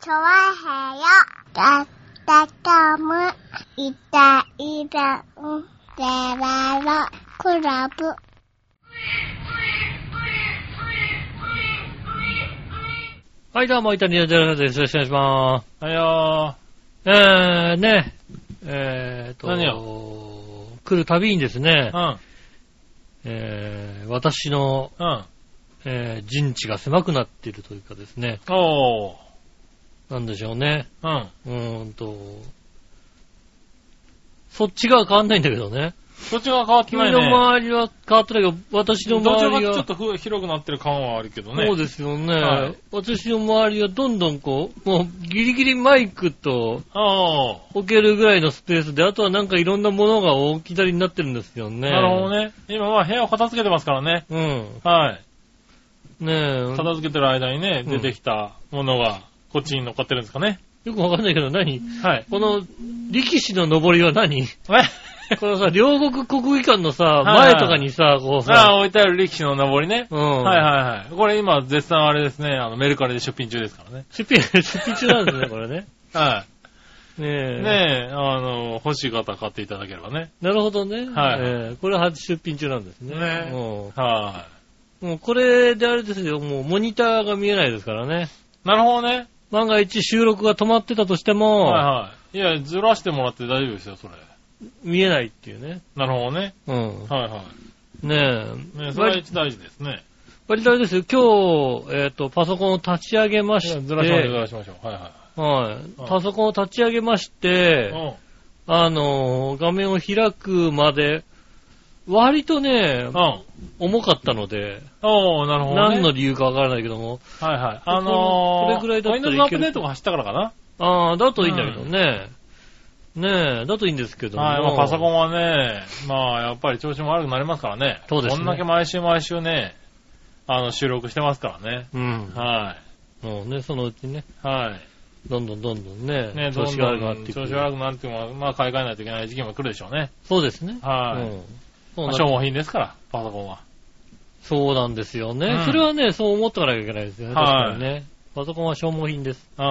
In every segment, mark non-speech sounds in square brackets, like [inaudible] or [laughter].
チョワヘヨだったかむいたいたんでららクラブはい、どうも、イタリアンジェラートです。よろしくお願いしまあやす。えー、ね、えーと、何来るたびにですね、ー。えー、私の、うん。うん。えー、陣地が狭くなっているというかですね、おー。なんでしょうね。うん。うーんと、そっち側変わんないんだけどね。そっちが変わって君ないのね。周りは変わってないけど、私のどちら周かりちょはっ、とふ広くなってる感はあるけどね。そうですよね、はい私の周りはどんどんこう、もうギリギリマイクとあ置けるぐらいのスペースで、あとはなんかいろんなものが置き去りになってるんですよね。あ。なるほどね。今は部屋を片付けてますからね。うん。はい。ねえ。片付けてる間にね、うん出てきたものが、こっちに乗っかってるんですかね。よくわかんないけど何はい。この、力士の上りは [laughs] 何このさ、両国国技館のさ、いはい前とかにさ、こうああ、さ、置いてある力士の登りね。うん。はいはいはい。これ今、絶賛あれですね、あの、メルカリで出品中ですからね。出品、 [laughs] 出品中なんですね、こ [laughs] れね。はねい。え。ねえ、あの、欲しい方買っていただければね。なるほどね。はいええこれは出品中なんですね。ねもはう、もうこれであれですよ、もうモニターが見えないですからね。い。なるほどね。万が一収録が止まってたとしても、はいはい。いや、ずらしてもらって大丈夫ですよ、それ。見えないっていうね。なるほどね。うん。はいはねい。え。ね、それは割一大事ですね。割とあれですよ、今日、えっ、と、パソコンを立ち上げまいしやて、ずらしましょう、ずらしましょう。はいははい。パソコンを立ち上げまして、い。あのー、画面を開くまで、割とねうん。う、ん。重かったので、おー、なるほど、ね。何の理由かわからないけども、はいはい。あのー、これぐらいだったらいける Windows のアップデートが走ったからかな。ああ、だといいんだけどね。ねえ、だといいんですけども。はい、まあ、パソコンン。はね、まあ、やっぱり調子も悪くなりますからね。そうですねこんだけ毎週毎週ね、あの、収録してますからね。うん。はもうね、そのうちね、い。はい。どんどんどんどんね、ね、調ど子んが悪どくなっんていく調子悪くなっても、まあ、買い替えないといけない時期も来るでしょうね。そうですね。はい。うんそうまなあ消耗品ですから、パソコンは。そうなんですよね、うんそれはね、そう思っとかなきゃいけないですよね。確はいかにね。パソコンは消耗品です。うね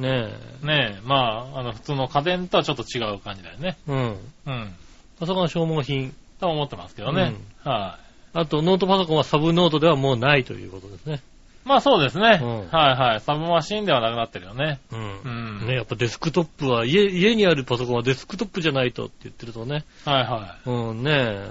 ん。ねえ、まあ、あの、普通の家電とはちょっと違う感じだよね。え。うん。うん。パソコンは消耗品。と思ってますけどね。はあと、ノートパソコンはサブノートではもうないということですね。い。まあそうですね。うんはいはい。サブマシーンではなくなってるよね。う。うんん。ね、やっぱデスクトップは家、家にあるパソコンはデスクトップじゃないとって言ってるとね、はいはい。うんねえ、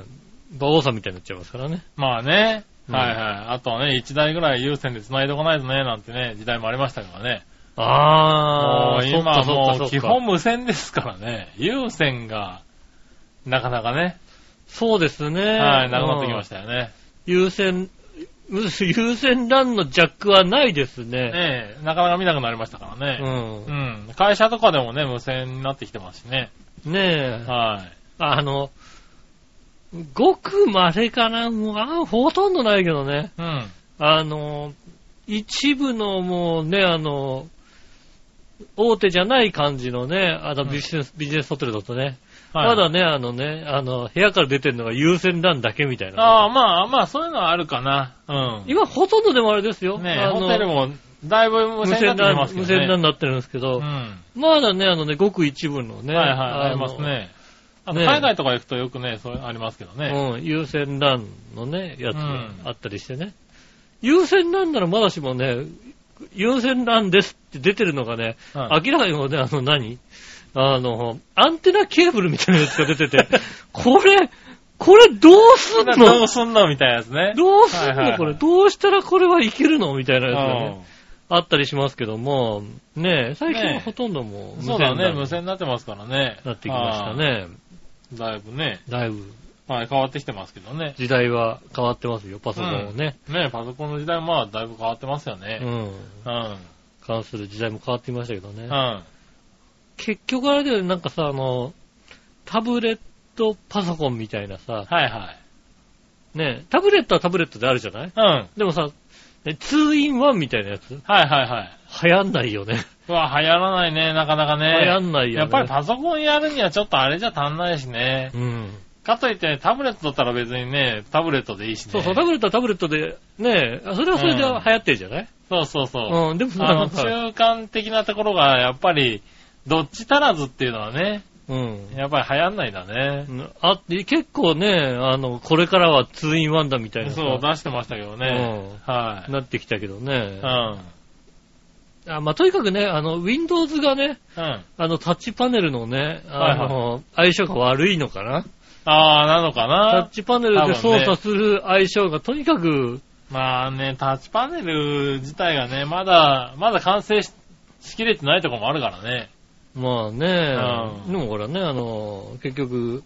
馬王さんみたいになっちゃいますからね。まあね。うんはいはい。あとはね、1台ぐらい有線で繋いでおかないとね、なんてね、時代もありましたからね。あもあ、うそっ今かそはっかもうそ基っか本。無線ですからね。有線が、なかなかね、そうですね。はい、なくなってきましたよね。うん。優先、む優先 LAN のジャックはないですね。ねえ、なかなか見なくなりましたからね。ううん。会社とかでもね、無線になってきてますしね。ん。ねえ、はい。あの、ごく稀かな、もう、あほとんどないけどね。うん。あの、一部のもうね、あの、大手じゃない感じのね、あのうんビジネス、ビジネスホテルだとね、はい、まだね、あのね、あの、部屋から出てるのが優先欄だけみたいな。ああ、まあまあ、そういうのはあるかな。うん。今ほとんどでもあれですよ。ねあのホテルも、だいぶ無無線線になってき欄ますけ無どね。線欄になってるんですけど、うまだね、あのね、ごく一部のね、ん。はいはい、のあります。ね。あと、ね海外とか行くとよくね、そういうありますけどね。うん、優先欄のね、やつうんあったりしてね。優先欄ならまだしもね、優先欄ですって出てるのがね、うん明らかにもうね、あの何、あの、アンテナケーブルみたいなやつが出て [laughs] て、これ、これどうすんのどうすんのみたいなやつね。どうすんはいはいのはいこれ、どうしたらこれはいけるのみたいなうやつがね、んあったりしますけども、ねえ最近はねえほとんどもう無そう線だなね、無線になってますからね。なってきましたね。あー。だいぶね、だいぶはい、変わってきてますけどね。時代は変わってますよ、パソコンをね。ね、パソコンの時代もまあだいぶ変わってますようね。ん。うん。うん。関する時代も変わっていましたけどね。は結局あれだよね、なんかさ、あの、タブレットパソコンみたいなさい、はい。ね、タブレットはタブレットであるじゃないうん。はいでもさ、ね 2in1 みたいなやつ流はいはい。行んないよね。うわ、流行らないね、なかなか流ね。行んないよね。やっぱりパソコンやるにはちょっとあれじゃ足んないしね。うん。かといってタブレットだったら別にね、タブレットでいいしね。そうそう、タブレットはタブレットで、ね、あそれはそれで流行ってるじゃないそうそうそう。うん、でもあの、なんか、中間的なところが、やっぱり、どっち足らずっていうのはね、うん。やっぱり流行んないんだね。あって、結構ね、あの、これからはツーインワンだみたいなさ。そう、出してましたけどね。はい。なってきたけどねう。ん。あまあ、とにかくね、あの、Windows がね、うん。あの、タッチパネルのね、あの、相性が悪いのかな。ああ、なのかタッな。チパネルで多分操ね作する相性がとにかく、まあね、タッチパネル自体がね、まだ、まだ完成ししきれてないところもあるからね。まあね、うんでもほらね、あの、結局、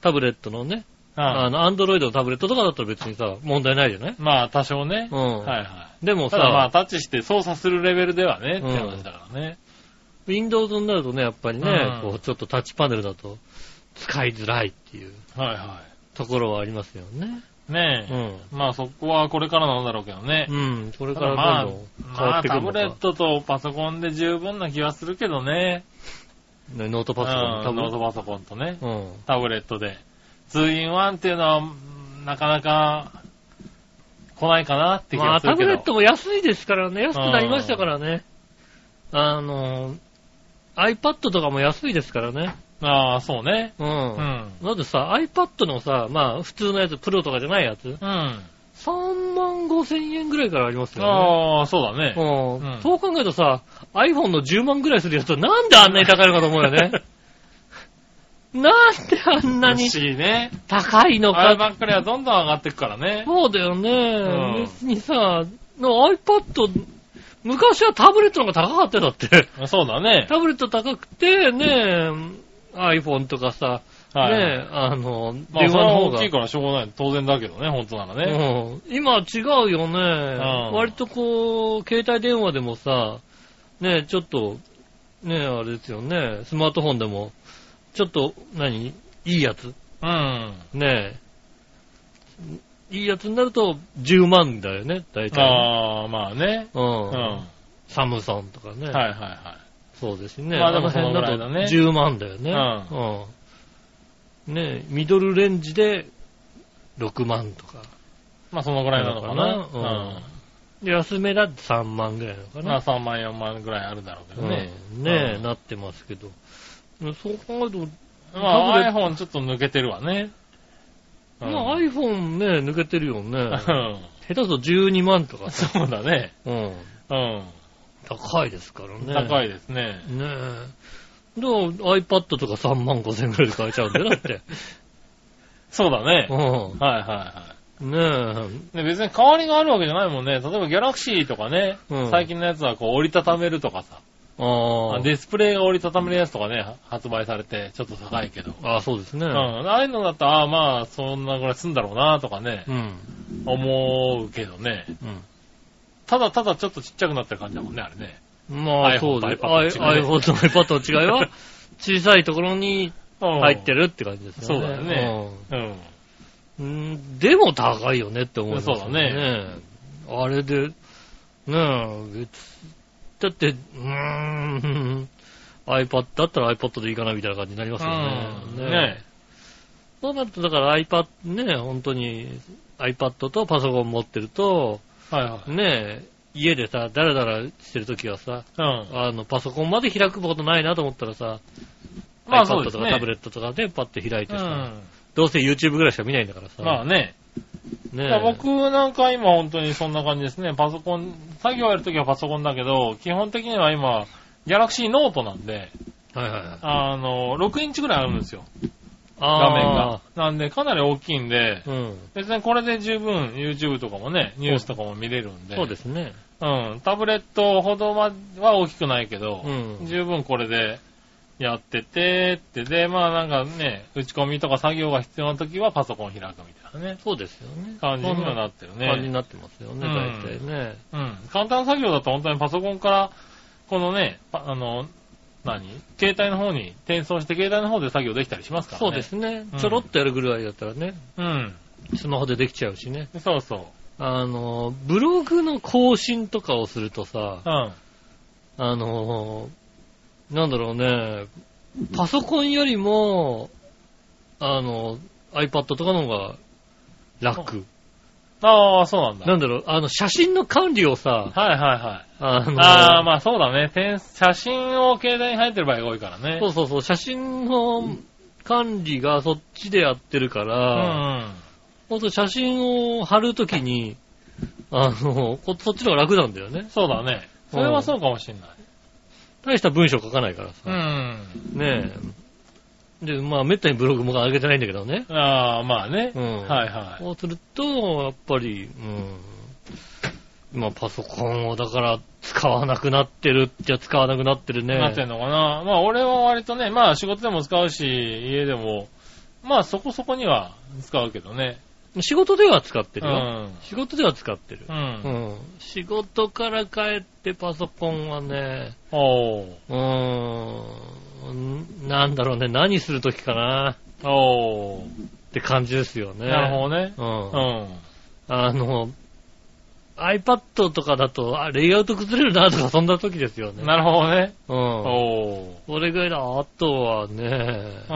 タブレットのね、うあん。の、アンドロイドのタブレットとかだったら別にさ、問題ないじゃないまあ、多少ね。うん。はいはでもい。さ、ただまあ、タッチして操作するレベルではね、って話だからね。 Windows になるとね、やっぱりね、うんこう、ちょっとタッチパネルだと使いづらいっていうはいはところはありますよね。い。ねうえ。ん。まあ、そこはこれからなんだろうけどね。うん。これたかだまらあどんどん変まわっあ、てくるタのブか、レットとパソコンで十分な気はするけどね。ねノートパソうんコン、多ノートパソコンとね。分。うん。タブレットで。2in1 っていうのは、うんなかなか来ないかなって気まがあ、するタけブど。レットも安いですからね、安くなりましたからね。あの、iPad とかも安いですからね。ああ、そうね。う。うんん。だってさ、iPad のさ、まあ、普通のやつ、プロとかじゃないやつ、うん。 3万5千円ぐらいからありますよね。ああ、そうだね。うんうんそう考えるとさ、iPhone の10万ぐらいするやつはなんであんなに高いの [laughs] かと思うよね。なんであんなに不思議ね。高いのあればか。っかりはどんどん上がっていくからね。そうだようね。ん別にさ、の iPad、昔はタブレットの方が高かったよだ [laughs] って。そうだね。タブレット高くて、ね iPhone とかさ、はい。ねあの、まあ、電それ話はの方大がきい。からしょうがない。当然だけどね、本当ならね。うん、今は違うよね、ん割とこう、携帯電話でもさ、ね、ちょっと、ね、あれですよね、スマートフォンでも、ちょっと、何いいやつうん。ねいいやつになると10万だよね、大体。ああ、まあね。ううんん。はサムソンとかね。いはいはそうですね。まあでもの辺だそとのぐらいだね10万だよね。ううんねミドルレンジで6万とか。い。まあ、そのぐらいなのかのかなな。で安めだって3万ぐらいなのかうん。な。まあ、3万、4万ぐらいあるだろうけどねね。ねえ、うんなってますけど。そう考えると、まタあ、iPhone ちょっと抜けてるわね。うんまあ iPhone ね、抜けてるよ [laughs] ね。うん下手すると12万とかさ。そうだね。うん。うん。高いですからね。高い。いですね。ねえ。で、iPad とか3万5千円くらいで買えちゃうんだよ、だ [laughs] って。そうだね。うはいはいはん。ねい。で別に代わりがあるわけじゃないもんね。例えばギャラクシーとかね、うん最近のやつはこう折りたためるとかさ、え。ああ。ディスプレイが折りたためるやつとかね、発売されてちょっと高いけど。ああ、そうですね。うん。ああいうのだったら、ああまあ、そんなぐらい済んだろうなとかね、うん。思うけどね。うん。ただただちょっとちっちゃくなってる感じだもんね、あれね。まあ、 iPhone そうとです iPad の違いね iPhone と iPad の違い [laughs] は、小さいところに入ってる。るって感じですよね。そうだよねうんうん。うんでも高いよねって思いますよね。そうだねあれで、ねえ、別、だって、うーん、iPad だったら iPad でいいかなみたいな感じになりますようね。んねそうなると、だから iPad、ねえ、本当に iPad とパソコン持ってると、はいはい。ねえ、家でさ、だらだらしてるときはさ、うん。あの、パソコンまで開くことないなと思ったらさ、まあそう iPad でとすかねタブレットとかでパッて開いてうさ、ん。どうせ YouTube ぐらいしか見ないんだからさ、まあね。ねだからえ僕なんか今本当にそんな感じですね。パソコン、作業やるときはパソコンだけど、基本的には今、ギャラクシーノートなんで、はいはいはい。あの、6インチぐらいあるんですよ、画面あが。なんで、かなり大きいんで、ー。うん。別にこれで十分 YouTube とかもね、ニュースとかも見れるんで、そうですね。うん、タブレットほどまは大きくないけどう、ん。十分これでやってて、って、で、まあなんかね、打ち込みとか作業が必要なときはパソコン開くみたいなね、そうですよね。感じにはそんななってるね。感じになってますよね、うん大体ね。うん。簡単作業だと本当にパソコンから、このね、パあの、何携帯の方に転送して携帯の方で作業できたりしますからね。そうで。すねう。んちょろっとやるぐらいだったらね、うん。スマホでできちゃうしね。そうそう。あの、ブログの更新とかをするとさ、うん。あの、なんだろうね、パソコンよりも、あの、iPad とかの方が楽。ああ、そうなんだ。なんだろう、あの、写真の管理を [laughs] さ、はいはいはい。あの、ああ、まあそうだね。点写真を携帯に入ってる場合が多いからね。そうそうそう、写真の管理がそっちでやってるかうんうら、ん。ほんと写真を貼るときに、あの、こそっちの方が楽なんだよね。そうだね。それはそうかもしんない。大した文章書かないからうさ。ん。ねえ。で、まあ、めったにブログも上げてないんだけどね。ああ、まあねう。ん。はいはい。そうすると、やっぱり、うん。まあ、パソコンをだから使わなくなってるっちゃ使わなくなってるね。なってんのかな。まあ俺は割とね、まあ仕事でも使うし、家でも、まあそこそこには使うけどね。仕事では使ってうるよ。ん。仕事では使ってるう。。うんん。仕事から帰ってパソコンはね、おー。うーん、なんだろうね、何するときかなおー。って感じですよね。なるほどね。どう。ん。うん。あの、iPad とかだと、あ、レイアウト崩れるなとか、そんな時ですよね。なるほどね。うん。おー。それぐらいだ。あとはね、うん。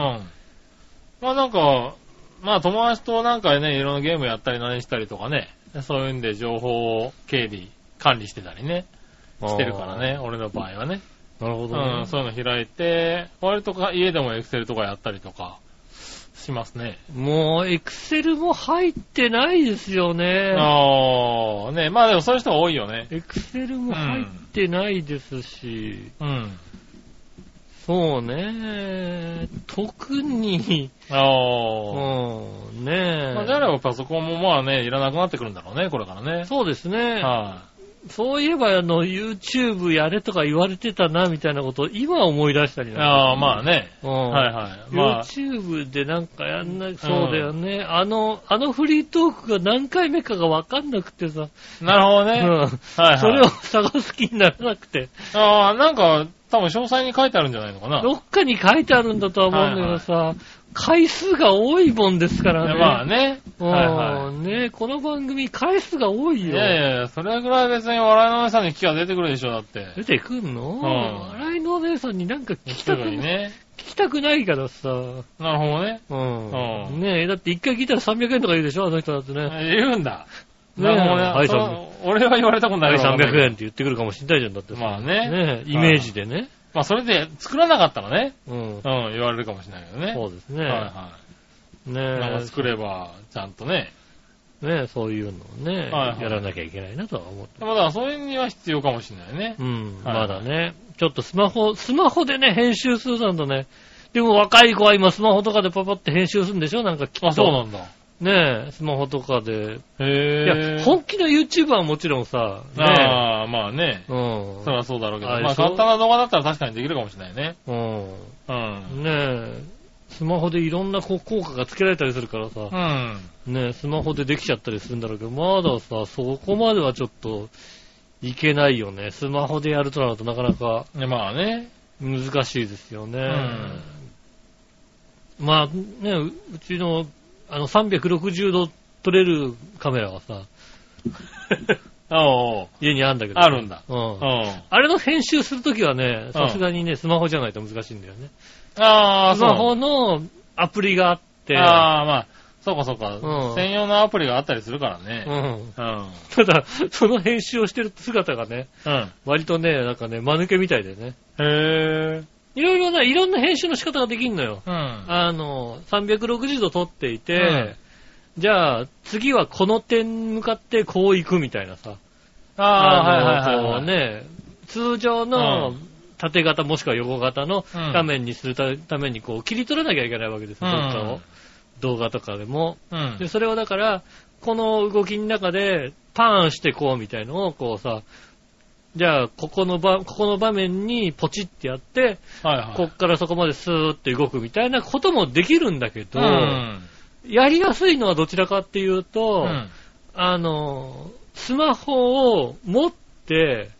まあなんか、まあ友達となんかね、いろんなゲームやったり何したりとかね、そういうんで情報を経理、管理してたりね、 [laughs] してるからね、俺の場合はね。あー。なるほどうねん、。そういうの開いて、割とか家でもエクセルとかやったりとか、しますね。もう、エクセルも入ってないですよね。ああ、ね、まあでもそういう人が多いよね。エクセルも入ってないですし、うん。そうね、特 [laughs] に、うああ。ん、ねえ。まあ、であればパソコンもまあね、いらなくなってくるんだろうね、これからね。そうですね。はそういえば、あの、YouTube やれとか言われてたな、みたいなことを今思い出したりい、な。ああ、まあね。うん。はいはい。まあ、 YouTube でなんかやんな、そうだよね。あの、あのフリートークが何回目かがわかんなくてさ、なるほどうね。はいん。はい。それを探す気にならなくて、ああ、なんか、多分詳細に書いてあるんじゃないのかな。どっかに書いてあるんだとは思うんだけどさ、回数が多いもんですからね。まあね。うんはいはねこの番組回数が多い。いいよ。やいやいや、それぐらい別に笑いのお姉さんに気が出てくるでしょ、だって。出てくんの、ん笑いのお姉さんになんか聞き聞たくくのない、にね。聞きたくないからさ。なるほどね。うん。うんねえ、だって一回聞いたら300円とか言うでしょあの人だってね。言うんだ。ねえなるほどね。はいその俺は言われたことなはいいから300円って言ってくるかもしんないじゃん、だってさ。まあねねえ、イメージでね。まあそれで作らなかったらね。うんう。ん、言われるかもしれないけどね。そうですね。はいはねい。なんえか作れば、ちゃんとね。ねえ、そういうのをね、はいはいやらなきゃいけないなとは思って。まあだからそれには必要かもしれないねう。ん、はいまだね。ちょっとスマホ、スマホでね、編集するなんとね、でも若い子は今スマホとかでパパって編集するんでしょなんかきっと。あ、そうなんだ。ねえ、スマホとかで。いへえ。や、本気の YouTuber はもちろんさ、ねああ、まあねえ。。うんそ。りゃそうだろうけど。あれでまあしょ簡単な動画だったら確かにできるかもしれないね。うん。うん。ねえ、スマホでいろんなこう効果がつけられたりするからさう、ん。ねえ、スマホでできちゃったりするんだろうけど、まださ、そこまではちょっと、いけないよね。スマホでやるとなるとなかなかねまあね。難しいですよね。んまあね、ううちの、あの、360度撮れるカメラは [laughs] さ、ああ、家にあるんだけど。あるんだ。う。うんん。あれの編集するときはね、さすがにね、スマホじゃないと難しいんだよね。ああ、スそうマなんだ。ホのアプリがあって、ああ、まあ、そうかそうか、うん専用のアプリがあったりするからうね。ん。うん。うん。ただ、その編集をしてる姿がね、割とね、なんかね、間抜けみたいでね。へえ。いろいろな、いろんな編集の仕方ができるのよ。うん。あの、360度撮っていて、うんじゃあ、次はこの点に向かってこう行くみたいなさ。ああ、はいのはいはい。こう。ね、通常の、うん縦型もしくは横型のうん画面にするたためにこう切り取らなきゃいけないわけですよ、うんどっかを動画とかでも。うんで、。それをだから、この動きの中で、パーンしてこうみたいのを、こうさ、じゃあ、ここの場、ここの場面にポチってやって、はいはい。こっからそこまでスーって動くみたいなこともできるんだけど、うん。やりやすいのはどちらかっていうと、うんあの、スマホを持って、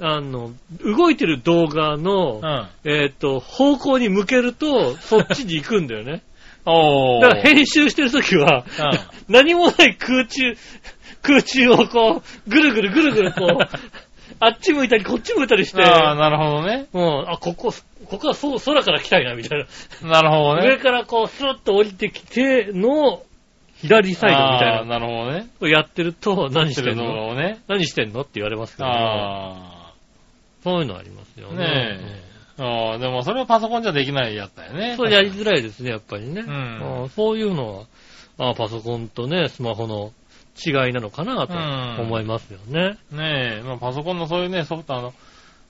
あの、動いてる動画の、うん。えっ、と、方向に向けると、そっちに行くんだよね。おー。だから編集してるときは、何もない空中、空中をこう、ぐるぐるぐるぐるこう、 [laughs] あっち向いたりこっち向いたりして、ああ、なるほどね。うん、あ、ここ、ここはそう空から来たいな、みたいな。なるほど上ね。からこう、スッと降りてきての、左サイドみたあーいななるほどね。をやってると、何知っしててるん動の画をね。何してんのって言われますけど、あそういうのありますよね。ねーあー。でもそれはパソコンじゃできないやったよえね。 [laughs] そうやりづらいですね、やっぱりね。うんあーそういうのはあー、パソコンとね、スマホの違いなのかなと思いますよね。ねえ、まあ、パソコンのそういうね、ソフト、あの、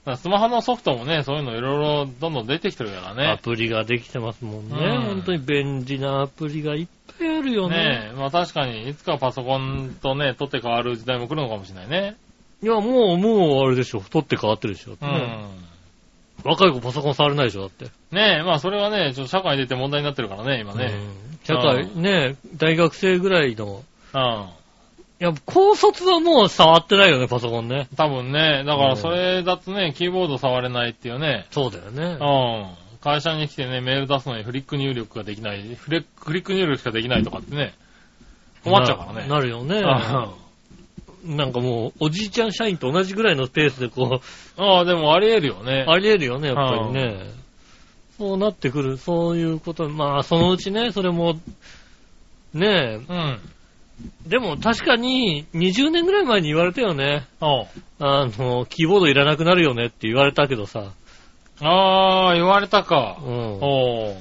まあスマホのソフトもね、そういうのいろいろどんどん出てきてるからアね。プリができてますもんね。うん本当に便利なアプリがいっぱいあるよね。ねえ、まあ確かに、いつかパソコンとね、取って変わる時代も来るのかもしれないね。いや、もう、もうあれでしょ。太って変わってるでしょ。うねん。若い子パソコン触れないでしょ、だって。ねえ、まあそれはね、ちょっと社会に出て問題になってるからね、今ね。うん社会、ね大学生ぐらいの。うん。いや、高卒はもう触ってないよね、パソコンね。多分ね、だからそれだとね、キーボード触れないっていうね。そうだよね。うん。会社に来てね、メール出すのにフリック入力ができない、フレフリック入力しかできないとかってね、困っちゃうからね。ななるよね。 [laughs] うんなんかもう、おじいちゃん社員と同じぐらいのペースでこう、ああ、でもあり得るよ [laughs] ね。あり得るよね、やっぱりね。そうなってくる、そういうこと。まあ、そのうちね、それも、ねうん。え、でも確かに、20年ぐらい前に言われたよね。おうあの、キーボードいらなくなるよねって言われたけどさ。ああ、言われたかう。ん。おう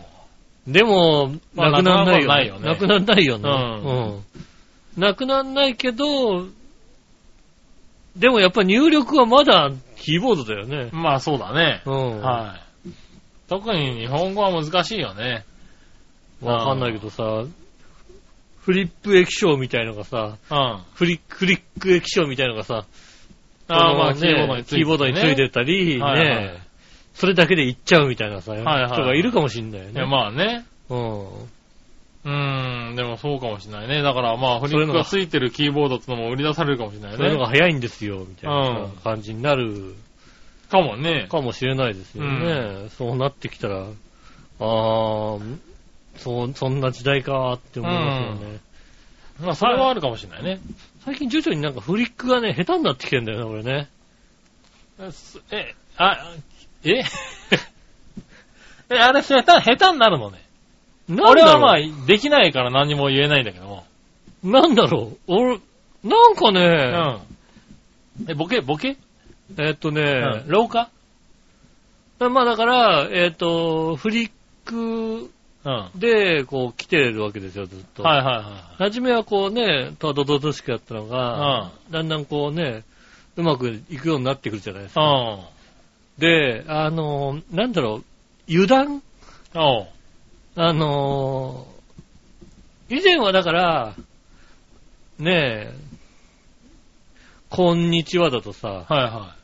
でも、まあなくならないよね。ななくくならないよねね。うん。なくならないけど、でもやっぱ入力はまだキーボードだよね。まあそうだね。うん。はい。特に日本語は難しいよね。わかんないけどさ、フリップ液晶みたいのがさ、うん。あフリクリック液晶みたいのがさ、あ、まあこキのねーボードについて、ね。キーボードについてたり、はいはいね、それだけでいっちゃうみたいなさ、人はいがいるかもしんないよいね。や、まあね。うん。うーん、でもそうかもしれないね。だからまあ、フリそういうッのクががついてるキーボードってのも売り出されるかもしれないそういうのね。が早いんですよ、みたいなうんさ感じになる。かもね。かもしれないですよね。そうなってきたら、ああ、そう、そんな時代かーって思いますよね。まあ、それはあるかもしれないね。最近徐々になんかフリックがね、下手になってきてんだよね、俺ね。すえ、あ、え [laughs] え、あれ下手、下手になるのね。なん俺だろはうまあ、できないから何も言えないんだけども。なんだろう俺、なんかうね、ん。え、ボケボケえっとね、廊下まあだから、えっと、フリックうん。はいで、こう、来てるわけですよ、ずっと。はいは初めはこうね、たどどどしくやったのいが、はだんだんこうね、うまくいくようになってくるじゃないですかい。うん。うん。で、あのー、なんだろう、油断おう。あのー、以前はだから、ねえ、こんにちはだとさ、はいは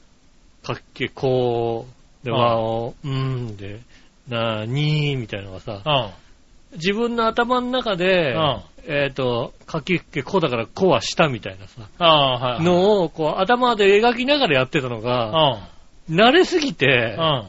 かっけこう、で、うんわお、うんで、なにーみたいなのがさい。、うん。自分の頭の中で、うんえっ、と、かっけこうだからこうはしたみたいなさ、ああー、はい。うん。のをこう頭で描きながらやってたのが、慣れすぎてうん。、あ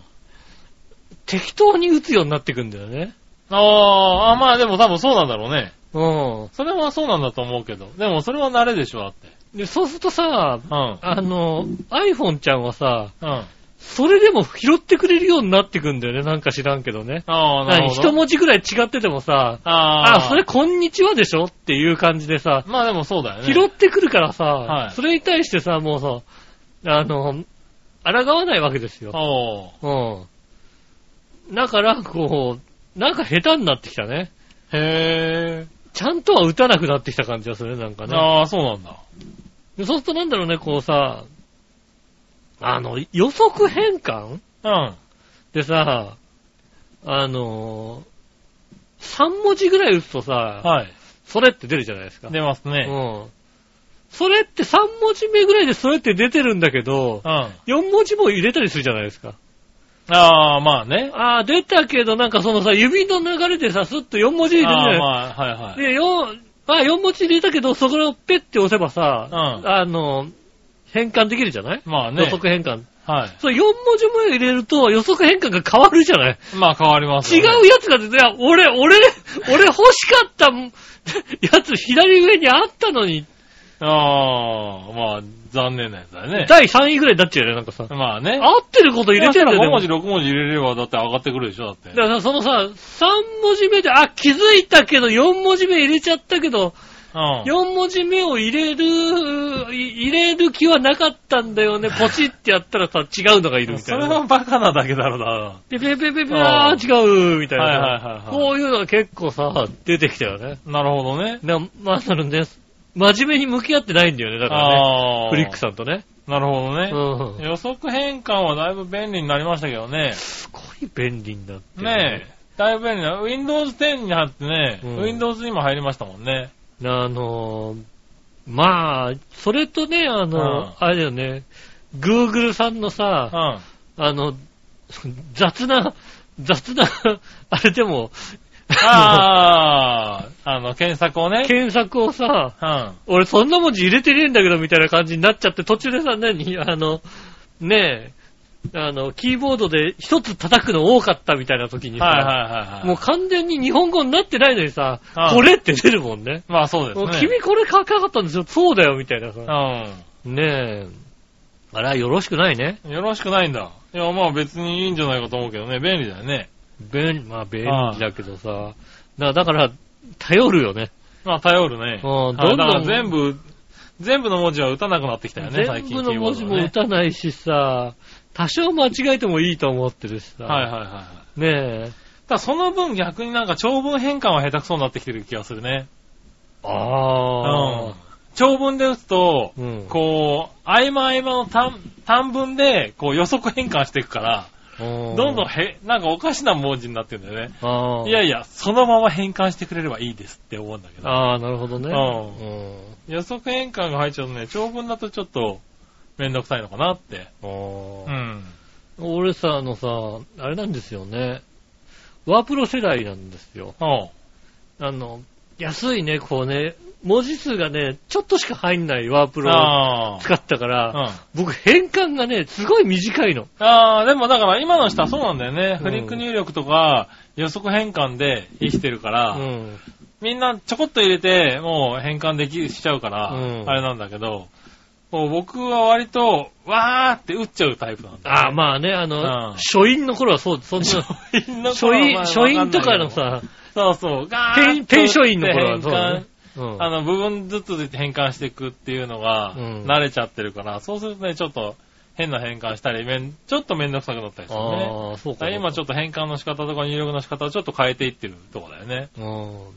適当に打つようになってくんだよね。あー、あまあでも多分そうなんだろうね。うん。それはそうなんだと思うけど。でもそれは慣れでしょ、だって。で、そうするとさ、うん。あの、iPhone ちゃんはさ、うん。それでも拾ってくれるようになってくんだよね。なんか知らんけどね。ああ、なる何ほど。一文字くらい違っててもさ、あああ、それこんにちはでしょっていう感じでさ、まあでもそうだよね。拾ってくるからさ、はいそれに対してさ、もうさ、あの、抗わないわけですよ。おう。うん。だから、こう、なんか下手になってきたね。へえ。ちゃんとは打たなくなってきた感じがするね、なんかね。ああ、そうなんだ。でそうするとなんだろうね、こうさ、あの、予測変換うん。でさ、あのー、3文字ぐらい打つとさ、はい。それって出るじゃないですか。出ますうね。ん。それって3文字目ぐらいでそれって出てるんだけどう、ん。あ4文字も入れたりするじゃないですか。あー、まあね。ああ、出たけどなんかそのさ、指の流れでさ、スッと4文字入れるじゃないああー、まあ、はいはい。で、4、あ4文字入れたけど、そこをペッて押せばさ、うんあのー、変換できるじゃないまあ予ね。測変換。はい。そう、4文字目入れると予測変換が変わるじゃないまあ変わります違ようね。やつが出て、いや俺、俺、俺欲しかったもんやつ左上にあったのに、ああ、まあ、残念なやつだね。第3位ぐらいになっちゃうよね、なんかさ。まあね。合ってること入れてるんだよ5でも文字、6文字入れれば、だって上がってくるでしょ、だって。だからそのさ、3文字目で、あ、気づいたけど、4文字目入れちゃったけど、うん。 4文字目を入れる、い入れる気はなかったんだよ [laughs] ね。ポチってやったらさ、違うのがいるみたそいれな。はバカなだけだろうな。ペペペペペ、あー違う、みたいはいはいなはいは。いこういうのが結構さ、出てきたよね。なるほどね。な、まさにね、真面目に向き合ってないんだよね、だからね。ああ。フリックさんとね。ん。なるほどうね。ん。予測変換はだいぶ便利になりましたけどね。すごい便利になってるねえ。だいぶ便利な。Windows 10になってね、うん Windows にも入りましたもんね。あのー、まあ、それとね、あの、うんあれだよね、Google さんのうさん。、ああの、 [laughs] 雑な、雑な、 [laughs] あれでも、あ、あの、検索をね。 [laughs] 検索をさ、うん。俺そんな文字入れてねえんだけどみたいな感じになっちゃって、途中でさ、何あの、ねえ、あの、キーボードで一つ叩くの多かったみたいな時にさ、はいはいはいはい。もう完全に日本語になってないのにさ、うんこれって出るもんね。まあそうですもうね。君これ書かかったんですよ、そうだよ、みたいなさ。うねえ。あれはよろしくないね。ん。よろしくないんだ。いや、まあ別にいいんじゃないかと思うけどね。便利だよね。便利、まあ便利だけどさ。だだから、頼るよね。まあ頼るね。うんはどいんどんだから全部、全部の文字は打たなくなってきたよね、最全近部のキーボ文ー字ドもは打ね。たないしさ、多少間違えてもいいと思ってるしさ。はいはいはいはい。ねえ。ただその分逆になんか長文変換は下手くそになってきてる気がするね。ああ。長文で打つと、うんこう、合間合間の短短文で、こう予測変換していくから、うどんどんへ、なんかおかしな文字になってるんだよね。ああ。いやいや、そのまま変換してくれればいいですって思うんだけど。ああ、なるほどね。うんうん。予測変換が入っちゃうとね、長文だとちょっと、めんどくさいのかなって。あうーん。俺さ、あのさ、あれなんですよね。ワープロ世代なんですよ。おうあの、安いね、こうね、文字数がね、ちょっとしか入んないワープロをあ使ったから、あ。うん。僕変換がね、すごい短いの。ああ、でもだから今の人はそうなんだよね。うんフリック入力とか予測変換で生きてるかうら、ん。みんなちょこっと入れて、もう変換できしちゃうから、うんあれなんだけど、こう僕は割と、わーって打っちゃうタイプなんだ、ああ、まあね、あの、うん初印の頃はそう、そんな、あ、印の初頃は印、まあ初印とかの、わさ、んないけどそうそう、ガーペッン、ペン初印の頃はそ変うだ換ね。うんあの、部分ずつ変換していくっていうのが、うん慣れちゃってるから、そうするとね、ちょっと変な変換したり、めんちょっとめんどくさくなったりするね。ああ、そうだか。から今ちょっと変換の仕方とか入力の仕方をちょっと変えていってるとこだよね。うん。うん。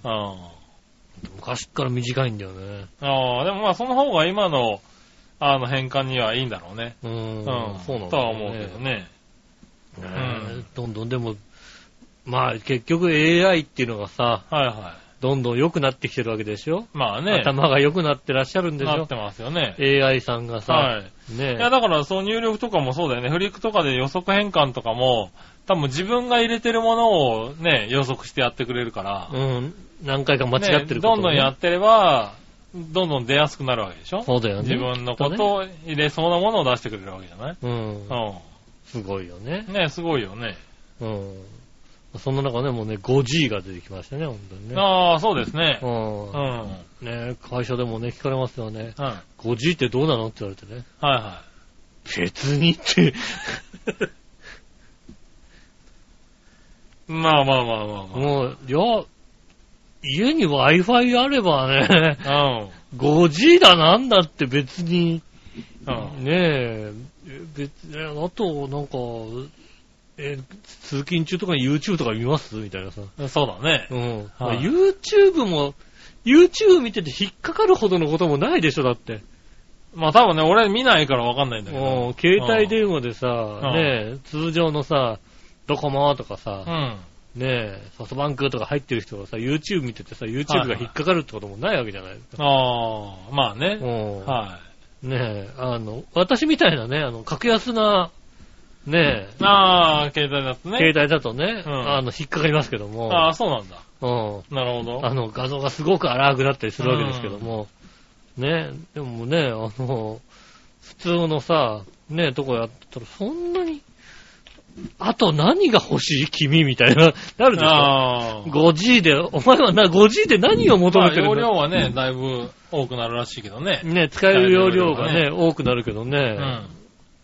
昔っから短いんだよね。ああ、でもまあその方が今の、あの変換にはいいんだろうね。う。うんん。そうなんだよねとは思うけどね。ねんどんどんでも、まあ結局 AI っていうのがさ、はいはどんどん良くなってきてるわけでしょい。まあね。頭が良くなってらっしゃるんでしなっょてますよね。 ?AI さんがさ、はい。ねいやだからそう入力とかもそうだよね。フリックとかで予測変換とかも、多分自分が入れてるものをね、予測してやってくれるから。うん、何回か間違ってるこねとどをねんどんやってれば、どんどん出やすくなるわけでしょそうだよね。自分のことを入れそうなものを出してくれるわけじゃないうん。うすごいよね。ん。ねすごいよね。うん。そんな中ね、もうね、5G が出てきましたね、本当にね。ああ、そうですね。ううん。うん。ん。ね会社でもね、聞かれますよね。はい 5G ってどうなのって言われてね。は別に [laughs] って。い。まあまあまあまあまもう、いや、家に Wi-Fi あればね、あ。うん。 5G だなんだって別に、うん。ねえ、え別に、あと、なんか、え、通勤中とかに YouTube とか見ますみたいなさ。そうだねう。ん。はいまあ YouTube も、YouTube 見てて引っかかるほどのこともないでしょ、だって。まあ多分ね、俺見ないからわかんないんだけもど。う、携帯電話でさ、んねえ、通常のさ、ドコモとかさう、ん。ねえ、ソフトバンクとか入ってる人がさ、YouTube 見ててさ、YouTube が引っかかるってこともないわけじゃないですか。ああ、まあね。うんはねえ、あの、私みたいなね、あの、格安な、ねえ、い。ああ、携帯だとね。携帯だとね、うんあの、引っかかりますけども、ああ、そうなんだ。うんなるほど。あの、画像がすごく荒くなったりするわけですけども、ねえ、でもね、あの、普通のさ、ねえ、とこやってたら、そんなに、あと何が欲しい君みたいな、なるでしょ。ああ。 5G で、お前はな、5G で何を求まあめてる容んだ量はね、だいぶ多くなるらしいけどね。ね、使える容量が使ね、え多くなるけどね、うん。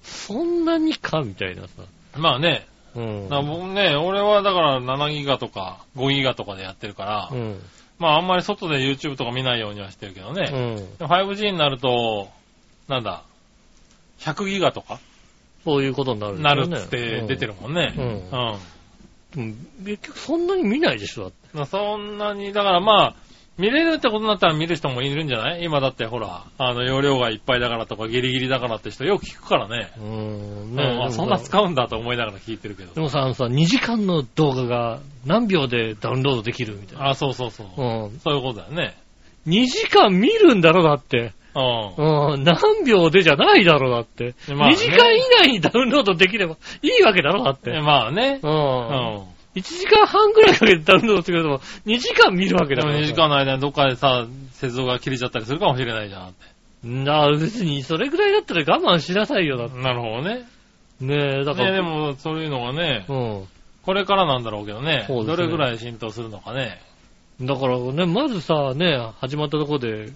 そんなにかみたいなさ。まあね。うん。だから僕ね、俺はだから7ギガとか5ギガとかでやってるからう、ん。まああんまり外で YouTube とか見ないようにはしてるけどね。うん。でも 5G になると、なんだ、100ギガとかそういうことになるんだよなるね、っつって出てるもんね。うんうんうん。結局そんなに見ないでしょ、だってまあそんなに、だからまあ、見れるってことになったら見る人もいるんじゃない今だってほら、あの、容量がいっぱいだからとかギリギリだからって人よく聞くからね。うーん。ねねあそんな使うんだと思いながら聞いてるけでど。もさ、あのさ、2時間の動画が何秒でダウンロードできるみたいな。あ、そうそうそう。うん。そういうことだよね。 2時間見るんだろ、だって。ううん。何秒でじゃないだろ、だって。まあね2時間以内にダウンロードできればいいわけだろ、だっん。えて。まあねう。。うんん。 1時間半ぐらいかけてダウンロードしてくれても、2時間見るわけでだもろ。 2時間の間にどっかでさ、接続が切れちゃったりするかもしれないじゃんって。なあ、別にそれぐらいだったら我慢しなさいよ、だって。なるほどね。ねえ、だから。ねでもそういうのがね、うん。これからなんだろうけどね。そうですねどれぐらい浸透するのかね。だからね、まずさ、ね、始まったとこで、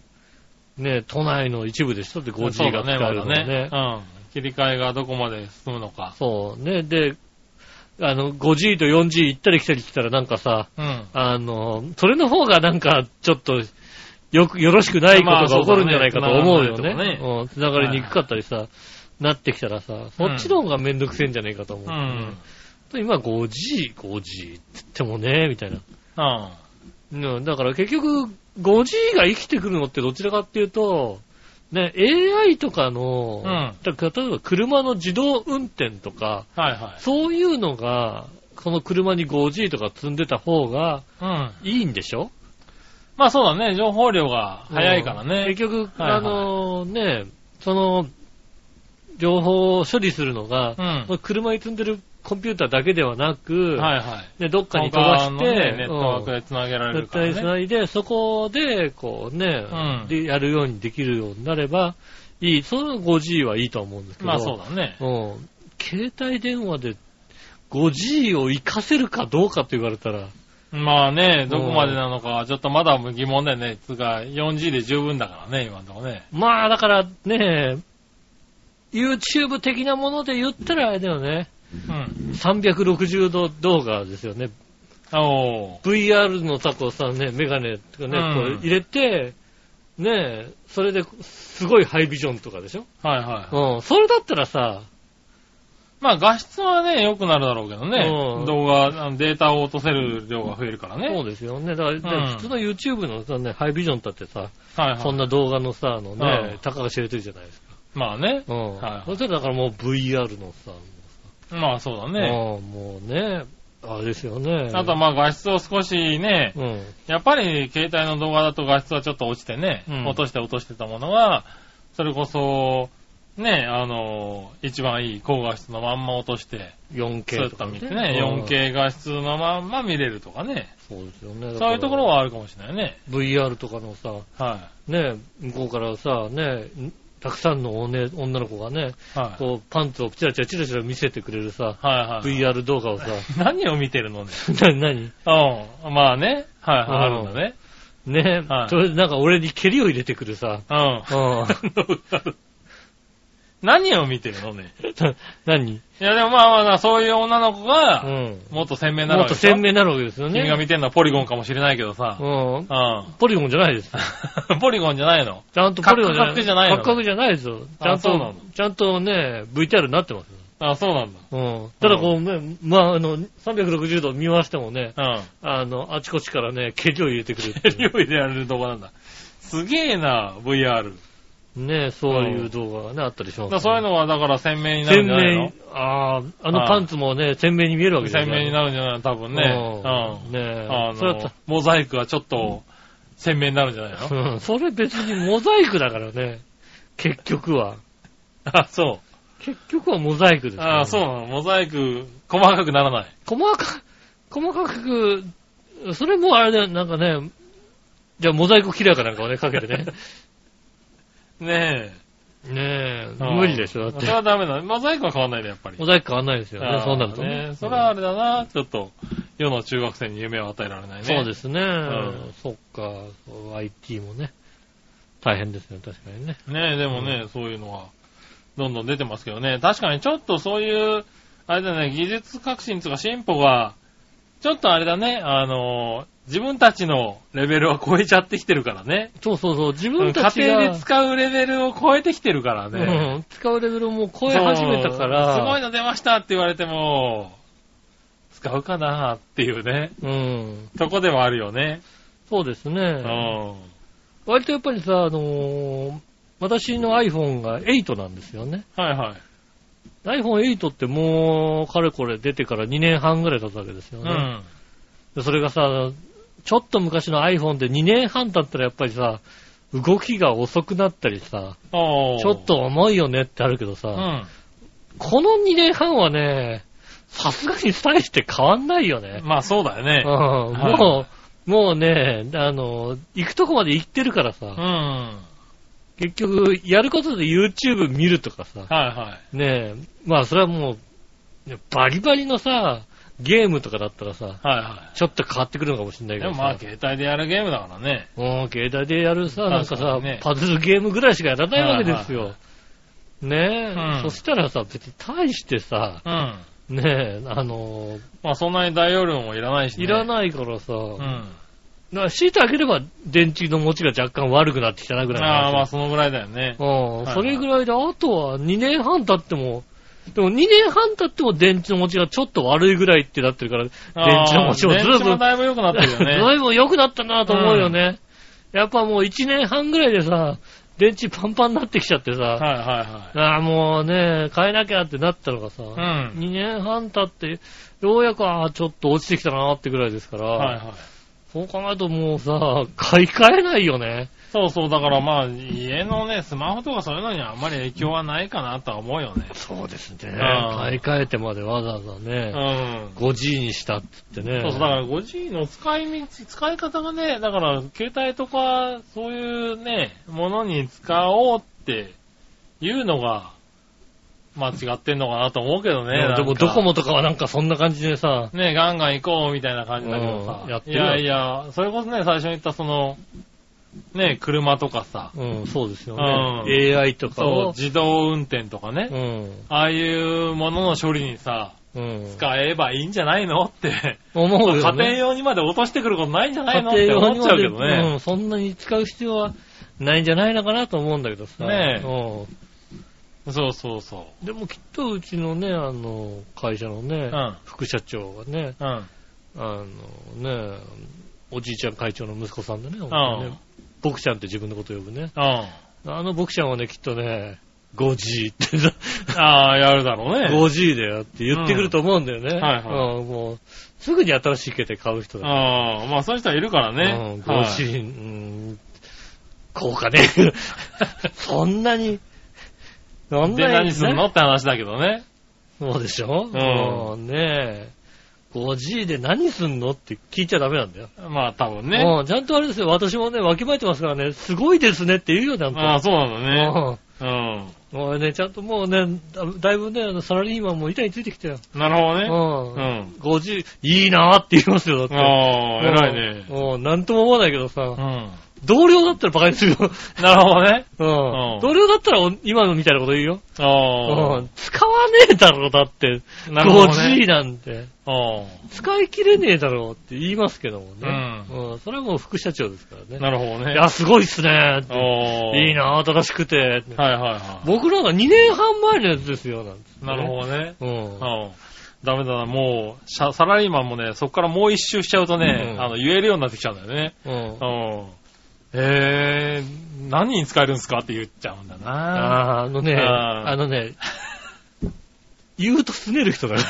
ね、都内の一部でしょって 5G が使えるのそうだねね。まだね。うん。切り替えがどこまで進むのか。そうね、で、あの、5G と 4G 行ったり来たりしたらなんかさ、うん。あの、それの方がなんかちょっと、よく、よろしくないことまがあ起こるんじゃないかと思うよそうだね。ねうん、繋がりにくかったりさ、なってきたらさ、そっちの方がめんどくせえんじゃないかと思ううよね。ん。今 5G、5G って言ってもね、みたいな。うん。うん、だから結局、5G が生きてくるのってどちらかっていうと、ね、AI とかの、うんだから例えば車の自動運転とか、はいはい。そういうのが、この車に 5G とか積んでた方がうん。いいんでしょまあそうだね、情報量が早いからうんね。結局、はいはいあのね、その、情報を処理するのが、うんまあ車に積んでるコンピューターだけではなく、はいはい。ね、どっかに飛他ばしのて、ねネットワークうんで繋げられる絶から対つね。ないで、そこで、こうね、うんでやるようにできるようになれば、いい、その 5G はいいと思うんですけど、まあそうだね。うん、携帯電話で 5G を活かせるかどうかと言われたら、まあね、どこまでなのか、ちょっとまだ疑問だよね。つうか、4G で十分だからね、今のとこね。まあだからね、YouTube 的なもので言ったらあれだよね、うん。 360度動画ですよね。おー VR のタコさんね、メガネとかね、うんこう入れて、ねえ、それで、すごいハイビジョンとかでしょはいはい。うん、それだったらさ、まあ画質はね、良くなるだろうけどうね。ん動画、あのデータを落とせる量が増えるからね。そうですよね。だから、うん普通の YouTube のさ、ね、ハイビジョンだってさ、はいはい。そんな動画のさ、あのね、うんたかが知れてるじゃないですか。まあね。うん。はいそしたらだからもう VR のさ、まあそうだね。うんもうね、あれですよね。あとはまあ画質を少しね、うん。やっぱり携帯の動画だと画質はちょっと落ちてね、うん落として落としてたものが、それこそ、ね、あの、一番いい高画質のまんま落として、そうや 4K とったから見てね、うん 4K 画質のまんま見れるとかね、そうですよね。そういうところは。はあるかもしれないね。 VR とかのさ、はね、向こうからさ、ね、たくさんのおね女の子がね、い。はい。こう、パンツをチラチラチラチラ見せてくれるさ、はいはい。 VR 動画をさ、 [laughs] 何を見てるのね。な、何うん。まあね。はいはい。あうんるんだね。ね、はいそれでなんか俺に蹴りを入れてくるさ、うん。 [laughs] 何を見てるのね。何いやでもまあまあな、そういう女の子うが、ん。もっと鮮明になるもわっけとでしょ鮮明になるわけですよね。君が見てるのはポリゴンかもしれないけどさ。うん。うポリゴンじゃないです。ん。 [laughs] ポリゴンじゃないのちゃんとポリゴンカッカクじゃないのカッカクじゃないですよ。ちゃあんそうなのと、ちゃんとね、VTR になってますよ。あ、そうなんだ。うん。ただこうね、まあ、あの、360度見回してもね、うん。あの、あちこちからね、蹴りを入れてくるって手 [laughs] いう。料理でやれる動画なんだ。すげえな、VR。ね、そういう動画がね、あったりします、だそういうの、のはだから鮮明にな鮮るんじゃないの明、ああ、あのパンツもね、鮮明に見えるわけじゃな鮮い明になるんじゃないの多分ね。うん。ねうえん。あそれだったの、モザイクはちょっと鮮明になるんじゃ [laughs] ないのうんそれ別にモザイクだからね。結局は。あ、そ結局はモザイクです、う。ね。あ、そうなの。モザイク、細かくならない。細か、細かく、それもあれだよ、なんかね、じゃあモザイクキラーかなんかをね、かけて [laughs] ね。ねねえ、え。うん無理でしょ、だっそてれ。はダメだ。モザイクは変わんないね、やっぱり。モザイク変わんないですよあねー、そうなるとね。ねそれはあれだな、ちょっと、世の中学生に夢を与えられないね。そうですね。んそっか、IT もね。大変ですね、確かにね。ねえ、でもね、そういうのは、どんどん出てますけどね。確かにちょっとそういう、あれだね、技術革新とか進歩が、ちょっとあれだね、あのー自分たちのレベルは超えちゃってきてるからね。そうそうそう、自う分んた家ちが、庭で使うレベルを超えてきてるからね。うん、使うレベルをもう超え始めたから、そうすごいの出ましたって言われても、使うかなっていうね、うん。とこではあるよね。そうですうね。ん。割とやっぱりさ、あのー私の iPhone が8なんですよね。はいはい。 iPhone8 ってもう、かれこれ出てから2年半ぐらい経つわけですようね。ん。でそれがさ、ちょっと昔の iPhone で2年半経ったらやっぱりさ、動きが遅くなったりさ、おーちょっ。と重いよねってあるけどさ、うん。この2年半はね、さすがに大して変わんないよね。まあそうだようん、ね。もう、もうね、あの、行くとこまで行ってるからうん。さ、は結局、やることで YouTube 見るとかさい、はねえ、まあそれはもう、ねバリバリのさ、ゲームとかだったらさ、い。はいはちょっと変わってくるのかもしれないい。けでどもさ。まあ携帯でやるゲームだからね。もう携帯でやるさ、なんか確かさ、にねパズルゲームぐらいしかやらないわけですはいよ。ねえ、うんそしたらさ、別に大してさ、うん。ねえ、あのーまあそんなに大容量もいらないしね。いらい。ないからさ、うん。だから強いてあげれば電池の持ちが若干悪くなってきたなぐらいの話ああ、まあそのぐらいだよね。うん、はいそれぐらいで、あとは2年半経っても、でも2年半経っても電池の持ちがちょっと悪いぐらいってなってるから、電池の持ちもずあるずー電池もる、だいぶ良くなっ [laughs] てるよね。ずいぶん良くなったなと思うよね。やっぱもう1年半ぐらいでさ、電池パンパンになってきちゃってさ、はいはああ、もうね、変えなきゃってなったのがさ、いはい。うん。 2年半経って、ようやく、ああ、ちょっと落ちてきたなってぐらいですから、はいはい。そう考えるともうさ、買い替えないよね。そうそう、だからまあ、家のね、スマホとかそういうのにはあんまり影響はないかなとは思うよね。そうですね。ああ買い替えてまでわざわざうね、ん。 5G にしたって言ってね。そうそう、だから 5G の使い道、使い方がね、だから携帯とか、そういうね、ものに使おうっていうのが、間違ってんのかなと思うけどね。ねでもなんかドコモとかはなんかそんな感じでさ、ね、ガンガン行こうみたいな感じだけどさ。うんやっているよやいや、それこそね、最初に言ったその、ね、車とかさ、うん、そうですようね。AI とかそう、を。自動運転とかね、うん。ああいうものの処理にさ、うん。使えばいいんじゃないのって、思うよね。家庭用にまで落としてくることないんじゃないのっ家て庭用思にっちゃまうでけどね。うん、そんなに使う必要はないんじゃないのかなと思うんだけどさ。ねえうんそうそうそう。でもきっとうちのね、あの、会社のね、うん副社長がね、うん。あのね、おじいちゃん会長の息子さんでね、僕あちゃんって自分のこと呼ぶね。ああの僕ちゃんはね、きっとね、5G ってな、ああ、やるだろうね。 5G だよって言ってくると思うんだよね。んはいはうんもう、すぐに新しい携帯買う人だああ、まあそういう人はいるからうんね。はい 5G、うん、こうか [laughs] ね。そんなに、そんで、なに何すんのって話だけどね。そうでしょんもうねえ。5G で何すんのって聞いちゃダメなんだよ。まあ多分ね。うんちゃんとあれですよ。私もね、わきまえてますからね、すごいですねって言うよ、ちゃんと。ああ、そうなんだね。うんうもうね、ちゃんともうね、だだいぶね、あのサラリーマンも板についてきたよ。ん。なるうほんどね。 50、いいなーって言いますよ、だっうん。て。ああ、偉いね。もう、なんとも思わないけどうさ、ん。同僚だったらバカにするよ。なるほどね。うんうん同僚だったらお今のみたいなこと言うよ。あうあん使わねえだろ、だって。。なるほど 5G ね。なんて。ああ。使い切れねえだろうって言いますけどもね。ううん。それはもう副社長ですからね。なるほどいね。や、すごいっすねって。おいい。な、新しくて。はいはいは僕なんか2年半前のやつですよ、なんつってい。ねなるほどね。うん。うん。ダメだな、もう、シャサラリーマンもね、そこからもう一周しちゃうとうね、んあの、言えるようになってきちゃうんだよね。うんう。ん。えー、何に使えるんですかって言っちゃうんだな。あーあのね、あーあのね、 [laughs] 言うと拗ねる人だ [laughs] ね。